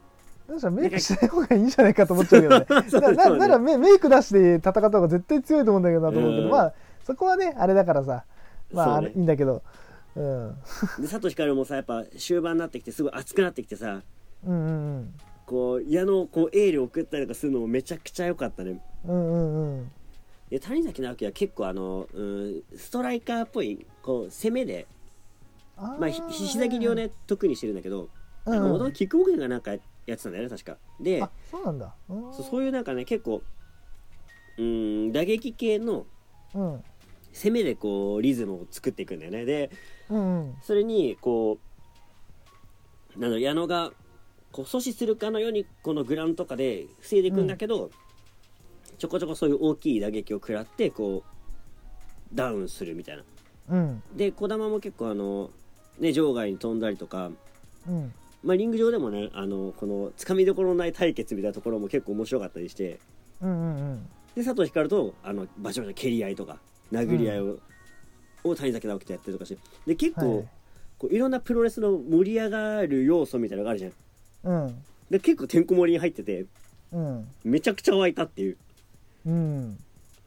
[SPEAKER 1] なんかメイクしない方がいいんじゃないかと思っちゃうけどね
[SPEAKER 2] [laughs] そう
[SPEAKER 1] な
[SPEAKER 2] そう
[SPEAKER 1] なならメメイクなしで戦った方が絶対強いと思うんだけどなと思うけど、
[SPEAKER 2] うん
[SPEAKER 1] まあそこはねあれだからさまあ
[SPEAKER 2] そ
[SPEAKER 1] あ
[SPEAKER 2] うね
[SPEAKER 1] れいいんだけど、うん、うん
[SPEAKER 2] で佐藤光もさやっぱ終盤になってきてすごい熱くなってきてさ
[SPEAKER 1] うん
[SPEAKER 2] こう矢野をこうエール送ったりとかするのもめちゃくちゃ良かったね
[SPEAKER 1] うんうんうんうん
[SPEAKER 2] で谷崎直樹は結構あのうんストライカーっぽいこう攻めで、
[SPEAKER 1] あー
[SPEAKER 2] まあ、ひひ膝切りをね得意にしてるんだけど
[SPEAKER 1] う
[SPEAKER 2] なんか
[SPEAKER 1] ん
[SPEAKER 2] 元々キックボクシングがなんかやってたんだよね確かで
[SPEAKER 1] あそうなんだうん
[SPEAKER 2] そうそういうなんかね結構うん打撃系の
[SPEAKER 1] うん
[SPEAKER 2] 攻めでこうリズムを作っていくんだよねで
[SPEAKER 1] うんうん
[SPEAKER 2] それにこうなんだろう矢野がこう阻止するかのようにこのグラウンドとかで防いでいくんだけど、ちょこちょこそういう大きい打撃を食らってこうダウンするみたいな
[SPEAKER 1] うん
[SPEAKER 2] で児玉も結構あの、ね、場外に飛んだりとか、
[SPEAKER 1] うん
[SPEAKER 2] まあ、リング上でもねあのこのつかみどころのない対決みたいなところも結構面白かったりして
[SPEAKER 1] うんうん
[SPEAKER 2] で佐藤光とあのバチバチの蹴り合いとか殴り合いを,、を谷崎直樹とやってるとかしてで結構、
[SPEAKER 1] はい
[SPEAKER 2] こういろんなプロレスの盛り上がる要素みたいなのがあるじゃん
[SPEAKER 1] うん
[SPEAKER 2] で結構てんこ盛りに入ってて
[SPEAKER 1] うん
[SPEAKER 2] めちゃくちゃ湧いたっていう
[SPEAKER 1] うん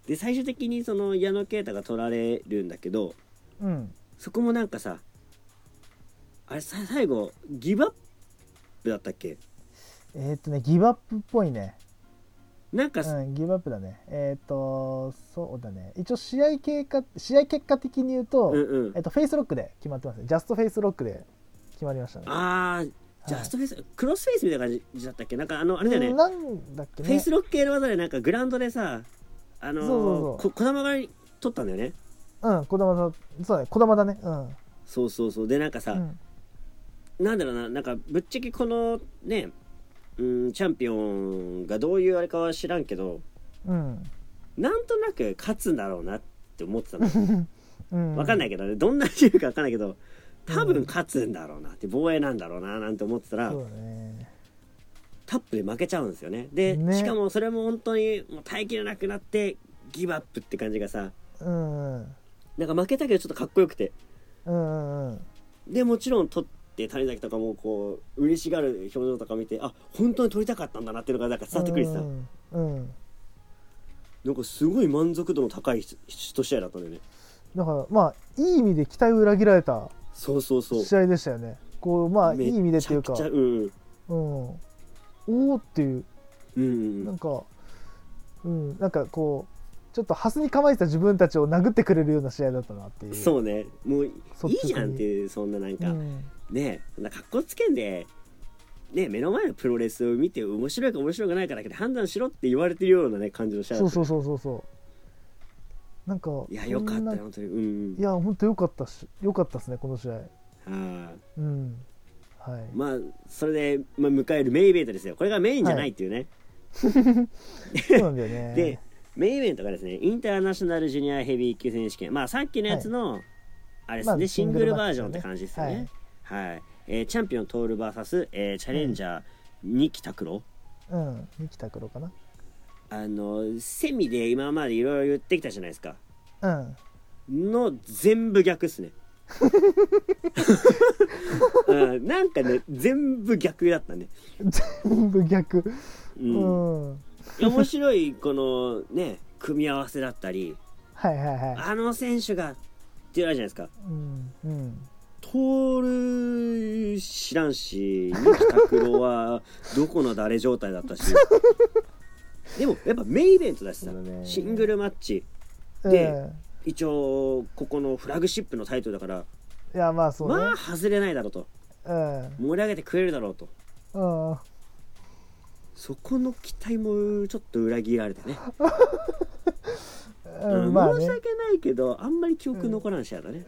[SPEAKER 2] で最終的にその矢野啓太が取られるんだけど
[SPEAKER 1] うん
[SPEAKER 2] そこもなんかさあれさ最後ギブアップだったっけ
[SPEAKER 1] えーっとねギブアップっぽいね
[SPEAKER 2] なんか、
[SPEAKER 1] うん、ギブアップだね。えっ、と、そうだね。一応試合経過、試合結果的に言うと、
[SPEAKER 2] うんうん
[SPEAKER 1] えっと、フェイスロックで決まってますね。ジャストフェイスロックで決まりましたね。
[SPEAKER 2] あージャストフェイス、クロスフェイスみたいな感じだったっけなんかあのあれだよね、
[SPEAKER 1] うんなんだっけね。
[SPEAKER 2] フェイスロック系の技でなんかグラウンドでさあの
[SPEAKER 1] そ
[SPEAKER 2] ー、
[SPEAKER 1] うそうそ
[SPEAKER 2] こ小玉が取ったんだよね
[SPEAKER 1] うん、児玉さん、そうだね、児玉だね。うん。
[SPEAKER 2] そうそうそうでなんかさ、
[SPEAKER 1] うん、
[SPEAKER 2] なんだろうななんかぶっちゃけこのねうんチャンピオンがどういうあれかは知らんけど
[SPEAKER 1] うん。
[SPEAKER 2] なんとなく勝つんだろうなって思ってたの
[SPEAKER 1] うん。
[SPEAKER 2] わかんないいけどねどんなチームかわかんないけど多分勝つんだろうなって防衛なんだろうななんて思ってたら、
[SPEAKER 1] そうだね。
[SPEAKER 2] タップで負けちゃうんですよねで、
[SPEAKER 1] ね
[SPEAKER 2] しかもそれも本当にもう耐えきれなくなってギブアップって感じがさ
[SPEAKER 1] うん。うん。
[SPEAKER 2] なんか負けたけどちょっとかっこよくて
[SPEAKER 1] うん。うん。
[SPEAKER 2] でもちろん取って谷崎とかもこう嬉しがる表情とか見てあ本当に取りたかったんだなっていうのがなんか伝わってくるしさ、
[SPEAKER 1] うん。うん。
[SPEAKER 2] なんかすごい満足度の高いひ一試合だったんだよね
[SPEAKER 1] だから、まあ、いい意味で期待を裏切られた
[SPEAKER 2] そうそうそう
[SPEAKER 1] 試合でしたよね。こう、まあ、いい意味でっていうか、
[SPEAKER 2] めちゃく
[SPEAKER 1] う
[SPEAKER 2] ちゃうん
[SPEAKER 1] ん。おおっていう。
[SPEAKER 2] うんう
[SPEAKER 1] なん
[SPEAKER 2] ん
[SPEAKER 1] か、うん、なんかこう、ちょっとハスに構えてた自分たちを殴ってくれるような試合だったなっていうう。
[SPEAKER 2] んそうねもうい
[SPEAKER 1] そっ
[SPEAKER 2] い
[SPEAKER 1] ち
[SPEAKER 2] じゃんっていうそんななん
[SPEAKER 1] う
[SPEAKER 2] か、
[SPEAKER 1] ん。
[SPEAKER 2] ねえなんか格好つけんでねえ目の前のプロレスを見て面白いか面白くないかだけで判断しろって言われてるようなね感じの試合だ
[SPEAKER 1] そ
[SPEAKER 2] っ
[SPEAKER 1] う
[SPEAKER 2] た
[SPEAKER 1] そうそうそうそう。なんか、
[SPEAKER 2] いやよかった
[SPEAKER 1] こんな
[SPEAKER 2] よ本当にうん
[SPEAKER 1] いや、本当よかったし、よかったですね、この試合。
[SPEAKER 2] うんはい
[SPEAKER 1] うん。はい。
[SPEAKER 2] まあそれで、まあ、迎えるメインイベントですよこれがメインじゃないっていうね、
[SPEAKER 1] そうなんだよね。
[SPEAKER 2] [laughs] で、メインイベントがですねインターナショナルジュニアヘビー級選手権まあさっきのやつの、あれですね、
[SPEAKER 1] まあ
[SPEAKER 2] シングルバージョンって感じですよ
[SPEAKER 1] シン
[SPEAKER 2] ね
[SPEAKER 1] グ
[SPEAKER 2] はい、えーチャンピオントール VS、えーチャレンジャー、二木拓郎
[SPEAKER 1] うん、三木拓郎かな。
[SPEAKER 2] あのセミで今までいろいろ言ってきたじゃないですか
[SPEAKER 1] うん
[SPEAKER 2] の全部逆
[SPEAKER 1] [laughs]
[SPEAKER 2] っすね、うん、なんかね全部逆だったね、
[SPEAKER 1] 全部逆
[SPEAKER 2] う、
[SPEAKER 1] うんん、はい
[SPEAKER 2] 面白いこのね組み合わせだったり
[SPEAKER 1] はいは
[SPEAKER 2] あの選手がっていうのあるじゃないですか
[SPEAKER 1] いうんうん
[SPEAKER 2] トール知らんし三木拓郎はどこの誰状態
[SPEAKER 1] [laughs]
[SPEAKER 2] だったしでもやっぱメインイベントだしさ
[SPEAKER 1] そうだね
[SPEAKER 2] シングルマッチで
[SPEAKER 1] うん
[SPEAKER 2] 一応ここのフラグシップのタイトルだから、
[SPEAKER 1] いやまあそう
[SPEAKER 2] ま
[SPEAKER 1] ね
[SPEAKER 2] あ外れないだろうと盛り上げてくれるだろうと
[SPEAKER 1] うん、うん、
[SPEAKER 2] そこの期待もちょっと裏切られたね,、
[SPEAKER 1] うん
[SPEAKER 2] うん
[SPEAKER 1] まあ
[SPEAKER 2] 申し
[SPEAKER 1] ね
[SPEAKER 2] 訳ないけどあんまり記憶残らんしやだね、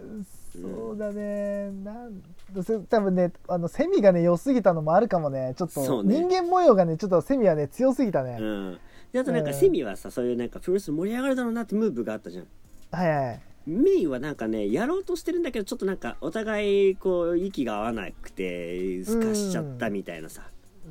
[SPEAKER 1] そうだねなんせ多分ねあのセミがね良すぎたのもあるかもねちょっ
[SPEAKER 2] そう
[SPEAKER 1] と
[SPEAKER 2] ね
[SPEAKER 1] 人間模様がねちょっとセミはね強すぎたね、
[SPEAKER 2] うんであとなんか
[SPEAKER 1] うん
[SPEAKER 2] セミはさそういうなんかプロレス盛り上がるだろうなってムーブがあったじゃん
[SPEAKER 1] はいはい
[SPEAKER 2] メインはなんかねやろうとしてるんだけどちょっとなんかお互いこう息が合わなくてすかしちゃったみたいなさ、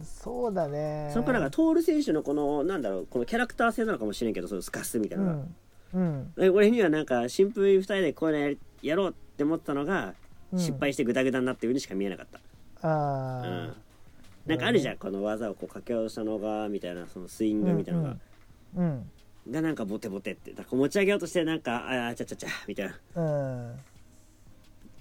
[SPEAKER 1] そうだね
[SPEAKER 2] そのからなんかトール選手のこのなんだろうこのキャラクター性なのかもしれんけどそういうすかすみたいうなのが、
[SPEAKER 1] んうん、
[SPEAKER 2] で俺にはなんか新風二人でこういうのやりやろうって思ったのが、
[SPEAKER 1] うん
[SPEAKER 2] 失敗してグダグダになったようにしか見えなかった、
[SPEAKER 1] あ
[SPEAKER 2] う
[SPEAKER 1] あ、
[SPEAKER 2] ん、なんかあるじゃん、この技をこう掛け下ろしたのがみたいなそのスイングみたいなのが、
[SPEAKER 1] うん
[SPEAKER 2] がなんかボテボテってだから持ち上げようとしてなんかああちゃちゃちゃみたいな
[SPEAKER 1] うん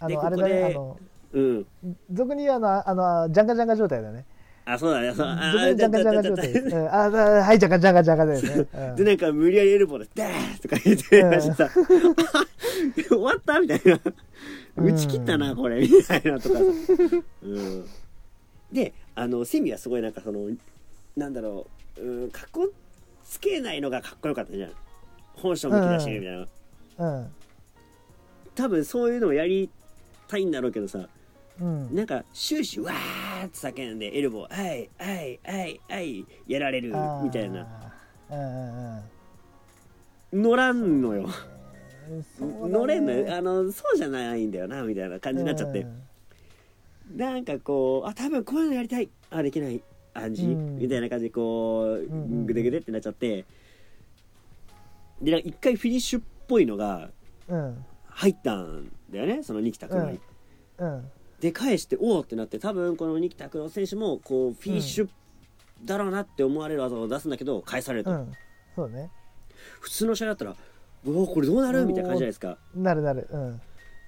[SPEAKER 1] あ
[SPEAKER 2] で
[SPEAKER 1] の
[SPEAKER 2] ここ
[SPEAKER 1] あれだね
[SPEAKER 2] で
[SPEAKER 1] あの
[SPEAKER 2] うん
[SPEAKER 1] 俗に言うあのあのジャンカジャンカ状態だね
[SPEAKER 2] あそうだねそうあ
[SPEAKER 1] 俗にジャンカジャンカ状態ですうんああはいジャンカジャンカジャンカだよね、うん
[SPEAKER 2] [laughs] でなんか無理やりエルボーで「ダー!」とか言ってましてさ「終わった?」みたいな「
[SPEAKER 1] うん
[SPEAKER 2] 打ち切ったなこれ」みたいなとかさ、うん、であのセミはすごいなんかそのなんだろううんかっこつけないのがかっこよかったじゃん本性むき出しみたいな、
[SPEAKER 1] うん
[SPEAKER 2] 多分そういうのをやりたいんだろうけどさ
[SPEAKER 1] うん
[SPEAKER 2] なんか終始わーって叫んでエルボー「あいあいあいあい」やられる
[SPEAKER 1] あー
[SPEAKER 2] みたいな
[SPEAKER 1] うんうんうん
[SPEAKER 2] 乗らんのよ。
[SPEAKER 1] そうだね
[SPEAKER 2] 乗れんのよあのそうじゃないんだよなみたいな感じになっちゃって、
[SPEAKER 1] うん
[SPEAKER 2] なんかこうあ多分こういうのやりたいあできない感じ、
[SPEAKER 1] うん
[SPEAKER 2] みたいな感じでこ
[SPEAKER 1] ん
[SPEAKER 2] う、
[SPEAKER 1] うん
[SPEAKER 2] グデグデってなっちゃってでなんか一回フィニッシュっぽいのが
[SPEAKER 1] うん
[SPEAKER 2] 入ったんだよねその二木拓郎に、
[SPEAKER 1] うんうん
[SPEAKER 2] で返しておおってなって多分この二木拓郎選手もこうフィニッシュだろうなって思われる技を出すんだけど返されると、
[SPEAKER 1] うんそうね
[SPEAKER 2] 普通の試合だったら「うおこれどうなる?」みたいな感じじゃないですか
[SPEAKER 1] なるなるうん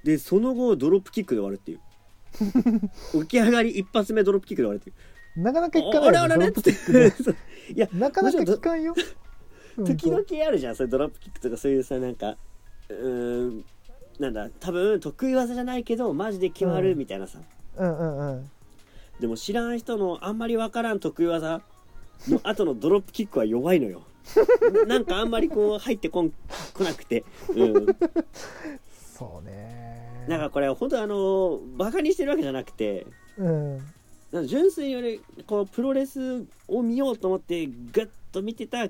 [SPEAKER 2] でその後ドロップキックで終わ
[SPEAKER 1] [laughs]
[SPEAKER 2] るっていう起き上がり一発目ドロップキックで終わるっていう
[SPEAKER 1] なかなか
[SPEAKER 2] あ
[SPEAKER 1] 聞かない
[SPEAKER 2] あ
[SPEAKER 1] よ
[SPEAKER 2] れあれあれっ
[SPEAKER 1] ドロ
[SPEAKER 2] つ
[SPEAKER 1] ッ
[SPEAKER 2] って [laughs] そういや
[SPEAKER 1] プなかなか聞かん
[SPEAKER 2] [laughs]
[SPEAKER 1] よ
[SPEAKER 2] 時々あるじゃんそういうドロップキックとかそういうさなんかうーんなんだ多分得意技じゃないけどマジで決まるみたいなさ、
[SPEAKER 1] うんうんうん
[SPEAKER 2] でも知らん人のあんまりわからん得意技の後のドロップキックは弱いのよ [laughs] ななんかあんまりこう入ってこん来なくて、うん、
[SPEAKER 1] そうね
[SPEAKER 2] なんかこれ本当あのバカにしてるわけじゃなくて
[SPEAKER 1] うん
[SPEAKER 2] なんか純粋に俺こうプロレスを見ようと思ってガッと見てた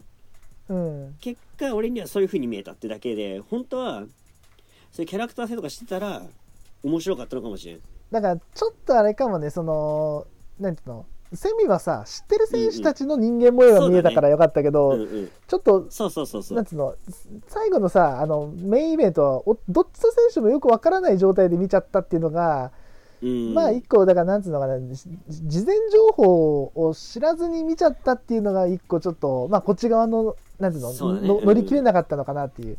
[SPEAKER 1] うん
[SPEAKER 2] 結果俺にはそういう風に見えたってだけで本当はそういうキャラクター性とかしてたら面白かったのかもしれん
[SPEAKER 1] だからちょっとあれかもねそのなんていうのセミはさ知ってる選手たちの人間模様が見えたからよかったけど、
[SPEAKER 2] うんうん
[SPEAKER 1] ちょっと
[SPEAKER 2] そうそうそうそ
[SPEAKER 1] なん
[SPEAKER 2] う
[SPEAKER 1] つうの最後のさあのメインイベントはおどっちの選手もよくわからない状態で見ちゃったっていうのが、
[SPEAKER 2] うん
[SPEAKER 1] まあ一個だからなんつうのかなじ事前情報を知らずに見ちゃったっていうのが一個ちょっとまあこっち側のなんていうの
[SPEAKER 2] そうだね
[SPEAKER 1] の
[SPEAKER 2] うん
[SPEAKER 1] 乗り切れなかったのかなっていう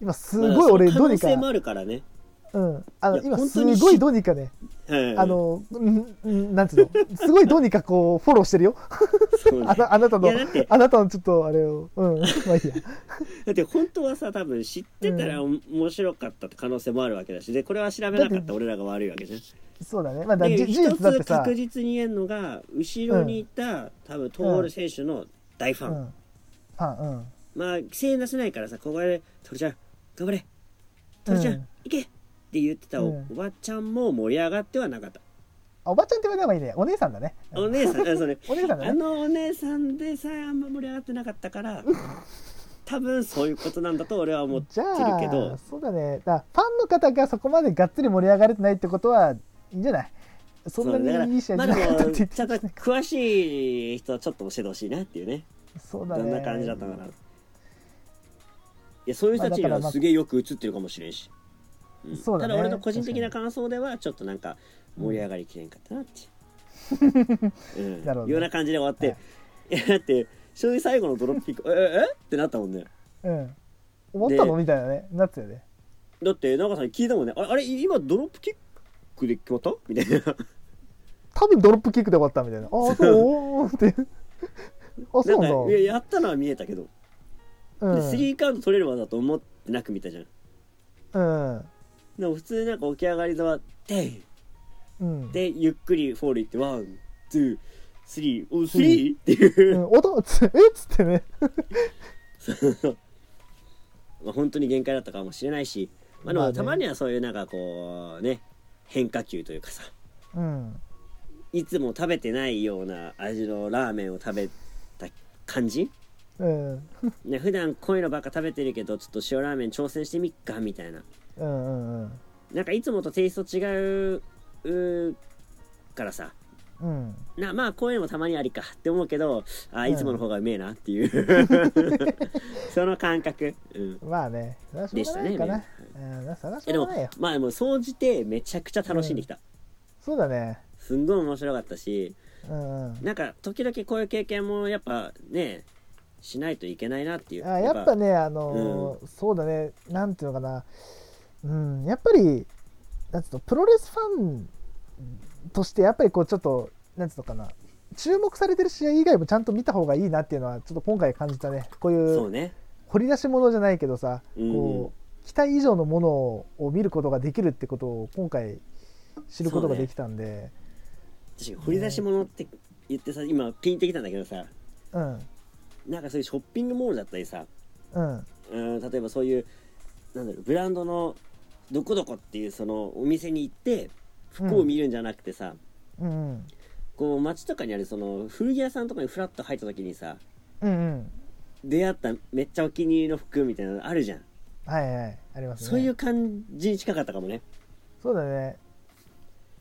[SPEAKER 1] 今す
[SPEAKER 2] まあ
[SPEAKER 1] ごい俺
[SPEAKER 2] そ
[SPEAKER 1] ど
[SPEAKER 2] の
[SPEAKER 1] うに
[SPEAKER 2] 可能性も
[SPEAKER 1] か、
[SPEAKER 2] あるからね、
[SPEAKER 1] うん、あ
[SPEAKER 2] い
[SPEAKER 1] の
[SPEAKER 2] や
[SPEAKER 1] 今
[SPEAKER 2] 本当
[SPEAKER 1] す
[SPEAKER 2] に
[SPEAKER 1] ごいどうにかね
[SPEAKER 2] うん
[SPEAKER 1] あのうんうんなんつうのすごいどうにかこうフォローしてるよ
[SPEAKER 2] そうね
[SPEAKER 1] あなあなた
[SPEAKER 2] い
[SPEAKER 1] の
[SPEAKER 2] やだって
[SPEAKER 1] あなたのちょっとあれをうんまあいいや
[SPEAKER 2] だって本当はさ多分知ってたらお面白かったって可能性もあるわけだしでこれは調べなかった俺らが悪いわけじゃん
[SPEAKER 1] そうだねまあだ
[SPEAKER 2] で
[SPEAKER 1] じ事
[SPEAKER 2] 一
[SPEAKER 1] 実だって
[SPEAKER 2] つ
[SPEAKER 1] さ
[SPEAKER 2] 確実に言えるのが後ろにいた、多分トール選手の大ファン、
[SPEAKER 1] うんファンうん
[SPEAKER 2] まあ声援出せないからさここで「トルちゃん頑張れトルちゃん、
[SPEAKER 1] うん
[SPEAKER 2] 行け!」って言ってたお,、
[SPEAKER 1] うん
[SPEAKER 2] ばちゃんも盛り上がってはなかった
[SPEAKER 1] あおばちゃんって言わない方がいいねお姉さんだね
[SPEAKER 2] お姉さんあそう
[SPEAKER 1] [laughs]
[SPEAKER 2] ね
[SPEAKER 1] お姉さんだね
[SPEAKER 2] あのお姉さんでさえあんま盛り上がってなかったから多分そういうことなんだと俺は思って
[SPEAKER 1] じ
[SPEAKER 2] る
[SPEAKER 1] ゃ
[SPEAKER 2] け
[SPEAKER 1] あ
[SPEAKER 2] ど
[SPEAKER 1] そうだねだファンの方がそこまでがっつり盛り上がれてないってことはいいんじゃないそんな
[SPEAKER 2] そうだから
[SPEAKER 1] にいい試合
[SPEAKER 2] ま
[SPEAKER 1] じ
[SPEAKER 2] あ
[SPEAKER 1] ゃ
[SPEAKER 2] で
[SPEAKER 1] なかったっ
[SPEAKER 2] も
[SPEAKER 1] て言っ
[SPEAKER 2] ち
[SPEAKER 1] て
[SPEAKER 2] ゃんと詳しい人はちょっと教えてほしいなっていうね
[SPEAKER 1] そうだ
[SPEAKER 2] ど
[SPEAKER 1] ね
[SPEAKER 2] んな感じだったのかないやそういう人たちに
[SPEAKER 1] まあ
[SPEAKER 2] は
[SPEAKER 1] だから
[SPEAKER 2] すげえよく映ってるかもしれんし、うん
[SPEAKER 1] そうだね
[SPEAKER 2] ただ俺の個人的な感想ではちょっとなんか盛り上がりきれんかったなっていう、うん、
[SPEAKER 1] なるほどね
[SPEAKER 2] ような感じで終わって、、
[SPEAKER 1] はい
[SPEAKER 2] やだって正直最後のドロップキックえええってなったもんね
[SPEAKER 1] うん終わったのみたいなねなったよね
[SPEAKER 2] だって長さんに聞いたもんねあれあれ今ドロップキックで決まったみたいな
[SPEAKER 1] 多分ドロップキックで終わった
[SPEAKER 2] [laughs]
[SPEAKER 1] みたいなああそうってあそう
[SPEAKER 2] なんかいや
[SPEAKER 1] な
[SPEAKER 2] やったのは見えたけど、
[SPEAKER 1] ん
[SPEAKER 2] で
[SPEAKER 1] だ
[SPEAKER 2] 3カウント取れる技だと思ってなく見たじゃん
[SPEAKER 1] うん
[SPEAKER 2] でも普通なんか起き上がりざでん
[SPEAKER 1] うんうん
[SPEAKER 2] でゆっくりフォールいってワンツースリーおス
[SPEAKER 1] う
[SPEAKER 2] リーっていう、 [laughs]
[SPEAKER 1] 音つえっつってね
[SPEAKER 2] まあ本当に限界だったかもしれないし、まあ、で
[SPEAKER 1] まあ
[SPEAKER 2] も
[SPEAKER 1] ね
[SPEAKER 2] たまにはそういうなんかこうね変化球というかさ
[SPEAKER 1] うん
[SPEAKER 2] いつも食べてないような味のラーメンを食べた感じ
[SPEAKER 1] うん
[SPEAKER 2] ね普段こういうのばっか食べてるけどちょっと塩ラーメン挑戦してみっかみたいな
[SPEAKER 1] うんうんうん
[SPEAKER 2] なんかいつもとテイスト違ううーからさ
[SPEAKER 1] うん
[SPEAKER 2] なまあこういうのもたまにありかって思うけどあ
[SPEAKER 1] うん
[SPEAKER 2] いつもの方がうめえなっていう
[SPEAKER 1] [laughs]
[SPEAKER 2] その感覚、うん、
[SPEAKER 1] まあねそれはしょ
[SPEAKER 2] で
[SPEAKER 1] うが
[SPEAKER 2] した
[SPEAKER 1] な
[SPEAKER 2] ね
[SPEAKER 1] いか
[SPEAKER 2] み
[SPEAKER 1] なん
[SPEAKER 2] な
[SPEAKER 1] うんそれはし
[SPEAKER 2] えで
[SPEAKER 1] ょう
[SPEAKER 2] も
[SPEAKER 1] がないよ
[SPEAKER 2] まあでも総じてめちゃくちゃ楽しんできた、
[SPEAKER 1] そうだね
[SPEAKER 2] すんごい面白かったし
[SPEAKER 1] うんうん
[SPEAKER 2] なんか時々こういう経験もやっぱねしないといけないなっていう
[SPEAKER 1] あやっぱねあのーそうだねなんていうのかなうんやっぱりなんつうのプロレスファンとしてやっぱりこうちょっとなんつうのかな注目されてる試合以外もちゃんと見た方がいいなっていうのはちょっと今回感じたねこうい
[SPEAKER 2] そう
[SPEAKER 1] う
[SPEAKER 2] ね
[SPEAKER 1] 掘り出し物じゃないけどさ、
[SPEAKER 2] うん
[SPEAKER 1] こう期待以上のものを見ることができるってことを今回知ることができたんで
[SPEAKER 2] 確かに掘り出し物って言ってさ今ピンってきたんだけどさ
[SPEAKER 1] うん
[SPEAKER 2] なんかそういうショッピングモールだったりさ
[SPEAKER 1] うん
[SPEAKER 2] うん例えばそういうなんだろうブランドのどこどこっていうそのお店に行って服を見るんじゃなくてさ、
[SPEAKER 1] うん
[SPEAKER 2] こう街とかにあるその古着屋さんとかにフラッと入った時にさ
[SPEAKER 1] うんうん
[SPEAKER 2] 出会っためっちゃお気に入りの服みたいなのあるじゃん、
[SPEAKER 1] はいはいありますね
[SPEAKER 2] そういう感じに近かったかもね
[SPEAKER 1] そうだね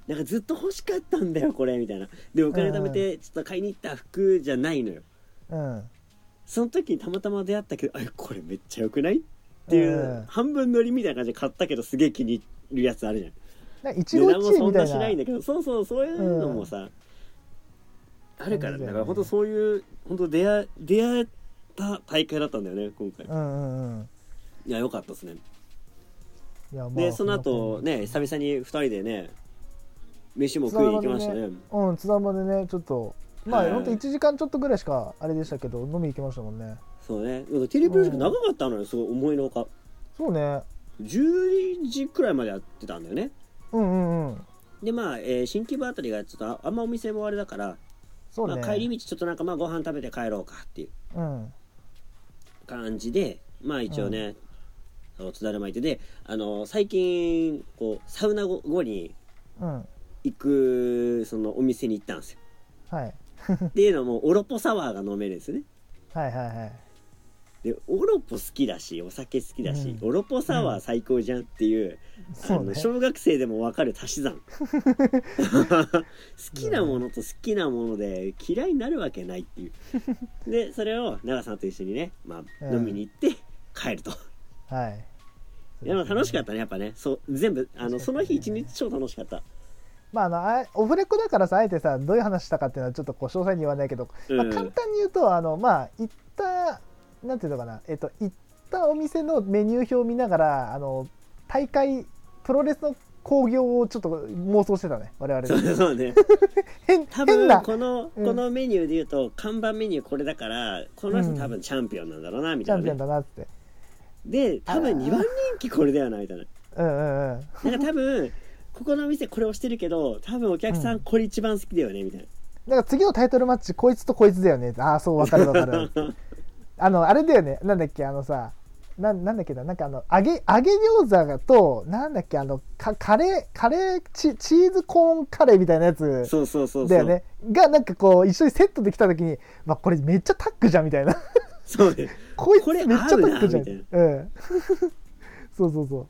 [SPEAKER 2] なんかずっと欲しかったんだよこれみたいなでお金貯めてちょっと買いに行った服じゃないのよ
[SPEAKER 1] うん
[SPEAKER 2] その時たまたま出会ったけどあこれめっちゃ良くないっていう、
[SPEAKER 1] うん
[SPEAKER 2] 半分乗りみたいな感じで買ったけどすげえ気に入るやつあるじゃん
[SPEAKER 1] なんか一期一
[SPEAKER 2] 値段も
[SPEAKER 1] 会
[SPEAKER 2] そ
[SPEAKER 1] み
[SPEAKER 2] ん
[SPEAKER 1] た
[SPEAKER 2] ないし
[SPEAKER 1] な
[SPEAKER 2] ないんだけどそうそうそういうのもさ、あるか
[SPEAKER 1] そ
[SPEAKER 2] ら、
[SPEAKER 1] うだよね
[SPEAKER 2] ね、だから本当そういう本当出会出会えた大会だったんだよね今回、
[SPEAKER 1] うんうんうん
[SPEAKER 2] いや良かったですね
[SPEAKER 1] いやま
[SPEAKER 2] で
[SPEAKER 1] あ
[SPEAKER 2] その後
[SPEAKER 1] んな
[SPEAKER 2] ね久々に2人でね飯も食いに行きましたね
[SPEAKER 1] 感じうん津田までねちょっとまあ
[SPEAKER 2] はい
[SPEAKER 1] ほんと1時間ちょっとぐらいしかあれでしたけど飲み行きましたもんね
[SPEAKER 2] そうねなんかテレビプロジェクト長かったのよすごい思いのほか
[SPEAKER 1] そうね
[SPEAKER 2] 12時くらいまでやってたんだよね
[SPEAKER 1] うんうんうん
[SPEAKER 2] でまあ、えー新規部あたりがちょっとああんまお店もあれだから、
[SPEAKER 1] そうね
[SPEAKER 2] まあ、帰り道ちょっとなんかまあご飯食べて帰ろうかっていう
[SPEAKER 1] うん
[SPEAKER 2] 感じでまあ一応ね、そう津だるまいてであの最近こうサウナ後後に
[SPEAKER 1] うん
[SPEAKER 2] 行くそのお店に行ったんですよ
[SPEAKER 1] はい
[SPEAKER 2] っていうのもオロポサワーが飲めるんですよね
[SPEAKER 1] はいはい
[SPEAKER 2] [laughs]
[SPEAKER 1] はい
[SPEAKER 2] でオロポ好きだしお酒好きだし、
[SPEAKER 1] うん
[SPEAKER 2] オロポサワー最高じゃんっていう、あ
[SPEAKER 1] そう
[SPEAKER 2] の
[SPEAKER 1] ね
[SPEAKER 2] 小学生でも分かる足
[SPEAKER 1] [laughs]
[SPEAKER 2] し算好きなものと好きなもので嫌いになるわけないっていうでそれを奈良さんと一緒にね、まあ、
[SPEAKER 1] うん
[SPEAKER 2] 飲みに行って帰ると、
[SPEAKER 1] はい
[SPEAKER 2] いやまあ楽しかったねやっぱねそう全部あの
[SPEAKER 1] 楽しか
[SPEAKER 2] そ
[SPEAKER 1] ったね
[SPEAKER 2] の日一日超楽し
[SPEAKER 1] [laughs]
[SPEAKER 2] かった
[SPEAKER 1] まああのあオフレコだからさあえてさどういう話したかっていうのはちょっとこう詳細に言わないけど、まあ
[SPEAKER 2] うん
[SPEAKER 1] 簡単に言うとあのまあ行ったなんていうのかなえっと行ったお店のメニュー表を見ながらあの大会プロレスの興行をちょっと妄想してたね我々
[SPEAKER 2] そう
[SPEAKER 1] で
[SPEAKER 2] そうね
[SPEAKER 1] 変変
[SPEAKER 2] 多分
[SPEAKER 1] な
[SPEAKER 2] この、
[SPEAKER 1] うん
[SPEAKER 2] このメニューで言うと看板メニューこれだからこの人多分チャンピオンなんだろうなみ
[SPEAKER 1] チ
[SPEAKER 2] た
[SPEAKER 1] ャ
[SPEAKER 2] い
[SPEAKER 1] ンピオ
[SPEAKER 2] な、
[SPEAKER 1] ン
[SPEAKER 2] ね
[SPEAKER 1] だなって
[SPEAKER 2] で多分2番人気これだよなみたいな
[SPEAKER 1] うんうんうん
[SPEAKER 2] なんか多分ここの店これをしてるけど多分お客さ
[SPEAKER 1] うん
[SPEAKER 2] んこれ一番好きだよねみたいな、
[SPEAKER 1] だから次のタイトルマッチこいつとこいつだよねああそうわかるわかる
[SPEAKER 2] [laughs]
[SPEAKER 1] あのあれだよねなんだっけあのさなんなんだっけななんかあの揚げ揚げ餃子となんだっけあのかカレーカレーチチーズコーンカレーみたいなやつ
[SPEAKER 2] そうそうそうそう
[SPEAKER 1] だよねがなんかこう一緒にセットできた時に、まあ、これめっちゃタッグじゃんみたいな [laughs]
[SPEAKER 2] そうね
[SPEAKER 1] こいつ
[SPEAKER 2] こ
[SPEAKER 1] め
[SPEAKER 2] れ
[SPEAKER 1] っちゃタッグじゃ
[SPEAKER 2] 合
[SPEAKER 1] ん
[SPEAKER 2] うなみ
[SPEAKER 1] うん [laughs] そうそうそう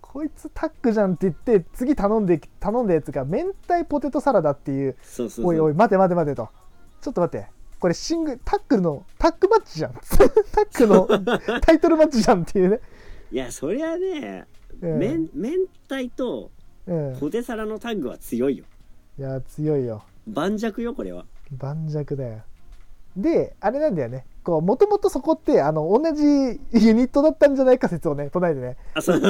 [SPEAKER 1] こいつタッグじゃんって言って次頼んで頼んだやつが明太ポテトサラダっていう
[SPEAKER 2] そうそうそう
[SPEAKER 1] おいおい待て待て待てとちょっと待ってこれシングタックルのタックマッチじゃん [laughs] タック
[SPEAKER 2] [laughs]
[SPEAKER 1] のタイトルマッチじゃんっていうね、
[SPEAKER 2] いやそりゃね、
[SPEAKER 1] うん
[SPEAKER 2] めん明太と
[SPEAKER 1] うん、
[SPEAKER 2] ポテサラのタッグは強いよ
[SPEAKER 1] いや強いよ
[SPEAKER 2] 盤石よこれは
[SPEAKER 1] 盤石だよであれなんだよねこうもともとそこってあの同じユニットだったんじゃないか説をね唱えてね
[SPEAKER 2] あそう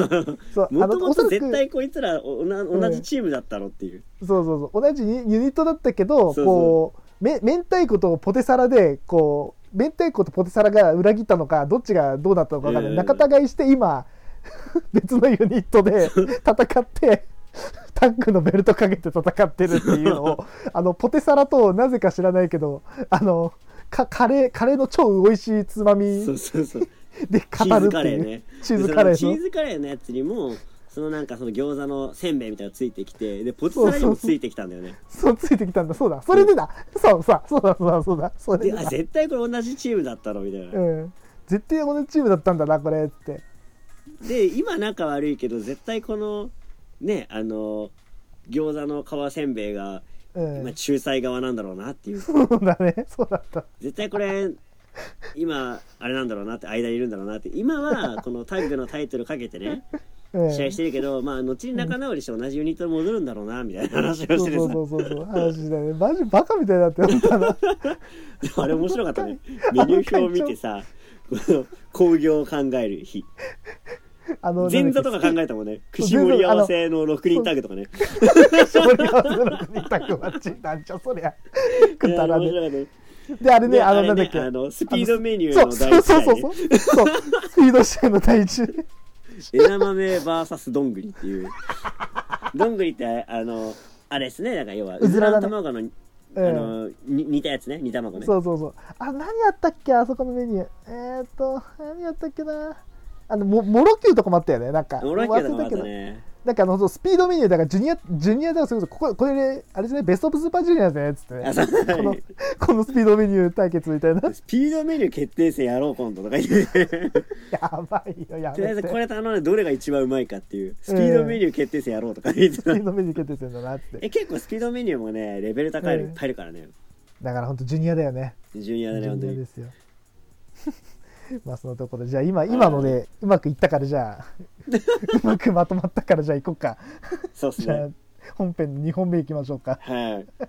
[SPEAKER 1] そうあ
[SPEAKER 2] も
[SPEAKER 1] の
[SPEAKER 2] と
[SPEAKER 1] お
[SPEAKER 2] も
[SPEAKER 1] そ
[SPEAKER 2] と
[SPEAKER 1] らく
[SPEAKER 2] 絶対こいつらおな同じチームだったろっていう、
[SPEAKER 1] そうそうそう同じユニットだったけど
[SPEAKER 2] そうそう
[SPEAKER 1] こうめ明太子とポテサラでこう明太子とポテサラが裏切ったのかどっちがどうだったのか分かんない、
[SPEAKER 2] うん
[SPEAKER 1] 仲違いして今 [laughs] 別のユニット
[SPEAKER 2] [laughs]
[SPEAKER 1] で戦ってタッグのベルトかけて戦ってるっていうの
[SPEAKER 2] [laughs]
[SPEAKER 1] をあのポテサラとなぜか知らないけどあのかカレーカレーの超美味しいつまみ
[SPEAKER 2] そうそうそう
[SPEAKER 1] で
[SPEAKER 2] チ
[SPEAKER 1] 語
[SPEAKER 2] ー
[SPEAKER 1] る
[SPEAKER 2] ズ
[SPEAKER 1] って
[SPEAKER 2] カレ
[SPEAKER 1] い
[SPEAKER 2] ー
[SPEAKER 1] う
[SPEAKER 2] ね
[SPEAKER 1] チーズカレ
[SPEAKER 2] でその
[SPEAKER 1] ー
[SPEAKER 2] チー
[SPEAKER 1] の
[SPEAKER 2] ズカレーのやつにもそのなんかその餃子のせんべいみたいなのついてきてでポテサラにもついてきたんだよね
[SPEAKER 1] そうついてきたんだそうだそれでだ、そうさそうだそうだそうだそれ
[SPEAKER 2] で
[SPEAKER 1] でだ
[SPEAKER 2] あ絶対これ同じチームだったろみたいな、
[SPEAKER 1] うん、絶対同じチームだったんだなこれって
[SPEAKER 2] で今仲悪いけど絶対このねあの餃子の皮せんべいが
[SPEAKER 1] うん
[SPEAKER 2] 今仲裁側なんだろうなっていう
[SPEAKER 1] そうだねそうだった
[SPEAKER 2] 絶対これ今あれなんだろうなって間にいるんだろうなって今はこのタッグのタイトルかけてね
[SPEAKER 1] うん
[SPEAKER 2] 試合してるけどまあ後に仲直りして同じユニットに戻るんだろうなみたいな話を
[SPEAKER 1] そう
[SPEAKER 2] して
[SPEAKER 1] そう
[SPEAKER 2] る
[SPEAKER 1] そうそうそう話だねマジバカみたいだって思ったな
[SPEAKER 2] さあれ面白かったねメニュー表を見てさこの興行を考える日
[SPEAKER 1] あの
[SPEAKER 2] 前座とか考えたもんね串盛り合わせの6人タッグとかね
[SPEAKER 1] えそれはその国タクマッチなんじゃそりゃくだら
[SPEAKER 2] いや
[SPEAKER 1] ね
[SPEAKER 2] 面白かったね
[SPEAKER 1] であれね
[SPEAKER 2] で
[SPEAKER 1] あの
[SPEAKER 2] あれね
[SPEAKER 1] なんだっけ
[SPEAKER 2] あのスピードメニュー
[SPEAKER 1] そ
[SPEAKER 2] の
[SPEAKER 1] う
[SPEAKER 2] 第
[SPEAKER 1] そうそ
[SPEAKER 2] 一
[SPEAKER 1] う
[SPEAKER 2] 回
[SPEAKER 1] そうそうそうスピード試合の第一
[SPEAKER 2] 枝豆 VS どんぐりっていうどんぐりってあのあれですねだから要は
[SPEAKER 1] う
[SPEAKER 2] う
[SPEAKER 1] ず
[SPEAKER 2] ず
[SPEAKER 1] ら
[SPEAKER 2] ら
[SPEAKER 1] だ
[SPEAKER 2] の
[SPEAKER 1] ね
[SPEAKER 2] 卵の,、
[SPEAKER 1] うん
[SPEAKER 2] あのに煮たやつね煮卵ね
[SPEAKER 1] そうそうそうあ何やったっけあそこのメニューえー、っと何やったっけなあのもモロキューとかもあったよねなんか
[SPEAKER 2] オラキューとかも
[SPEAKER 1] 忘
[SPEAKER 2] あっ
[SPEAKER 1] れ
[SPEAKER 2] た
[SPEAKER 1] たけど
[SPEAKER 2] ね
[SPEAKER 1] なんかあのそうスピードメニューだからジュニアジュニアだからそれこそこここれ、ね、あれですねベストオブスーパージュニアですねっつって
[SPEAKER 2] あ
[SPEAKER 1] ね
[SPEAKER 2] そう
[SPEAKER 1] このこのスピードメニュー対決みたい
[SPEAKER 2] [laughs]
[SPEAKER 1] な
[SPEAKER 2] スピードメニュー決定戦やろう今度とか言ってと
[SPEAKER 1] やばいよや
[SPEAKER 2] りあえ
[SPEAKER 1] め
[SPEAKER 2] ず
[SPEAKER 1] て
[SPEAKER 2] これ頼んでどれが一番うまいかっていうスピードメニュー決定戦やろうとか言って
[SPEAKER 1] ス
[SPEAKER 2] た、
[SPEAKER 1] ピードメニュー決定戦だなっ
[SPEAKER 2] え
[SPEAKER 1] て
[SPEAKER 2] 結構スピードメニューもねレベル高いのいっぱいいるからね、
[SPEAKER 1] だから本当ジュニアだよね
[SPEAKER 2] ジュニア
[SPEAKER 1] ジ
[SPEAKER 2] だね
[SPEAKER 1] ュ
[SPEAKER 2] 本当
[SPEAKER 1] ニア
[SPEAKER 2] に
[SPEAKER 1] ですよ [laughs] まあそのところでじゃあ今今のでうまくいったからじ
[SPEAKER 2] [laughs]
[SPEAKER 1] ゃあうまくまとまったからじゃあ行こうか
[SPEAKER 2] そうっす
[SPEAKER 1] じゃあ
[SPEAKER 2] ね
[SPEAKER 1] 本編の2本目行きましょうか
[SPEAKER 2] はい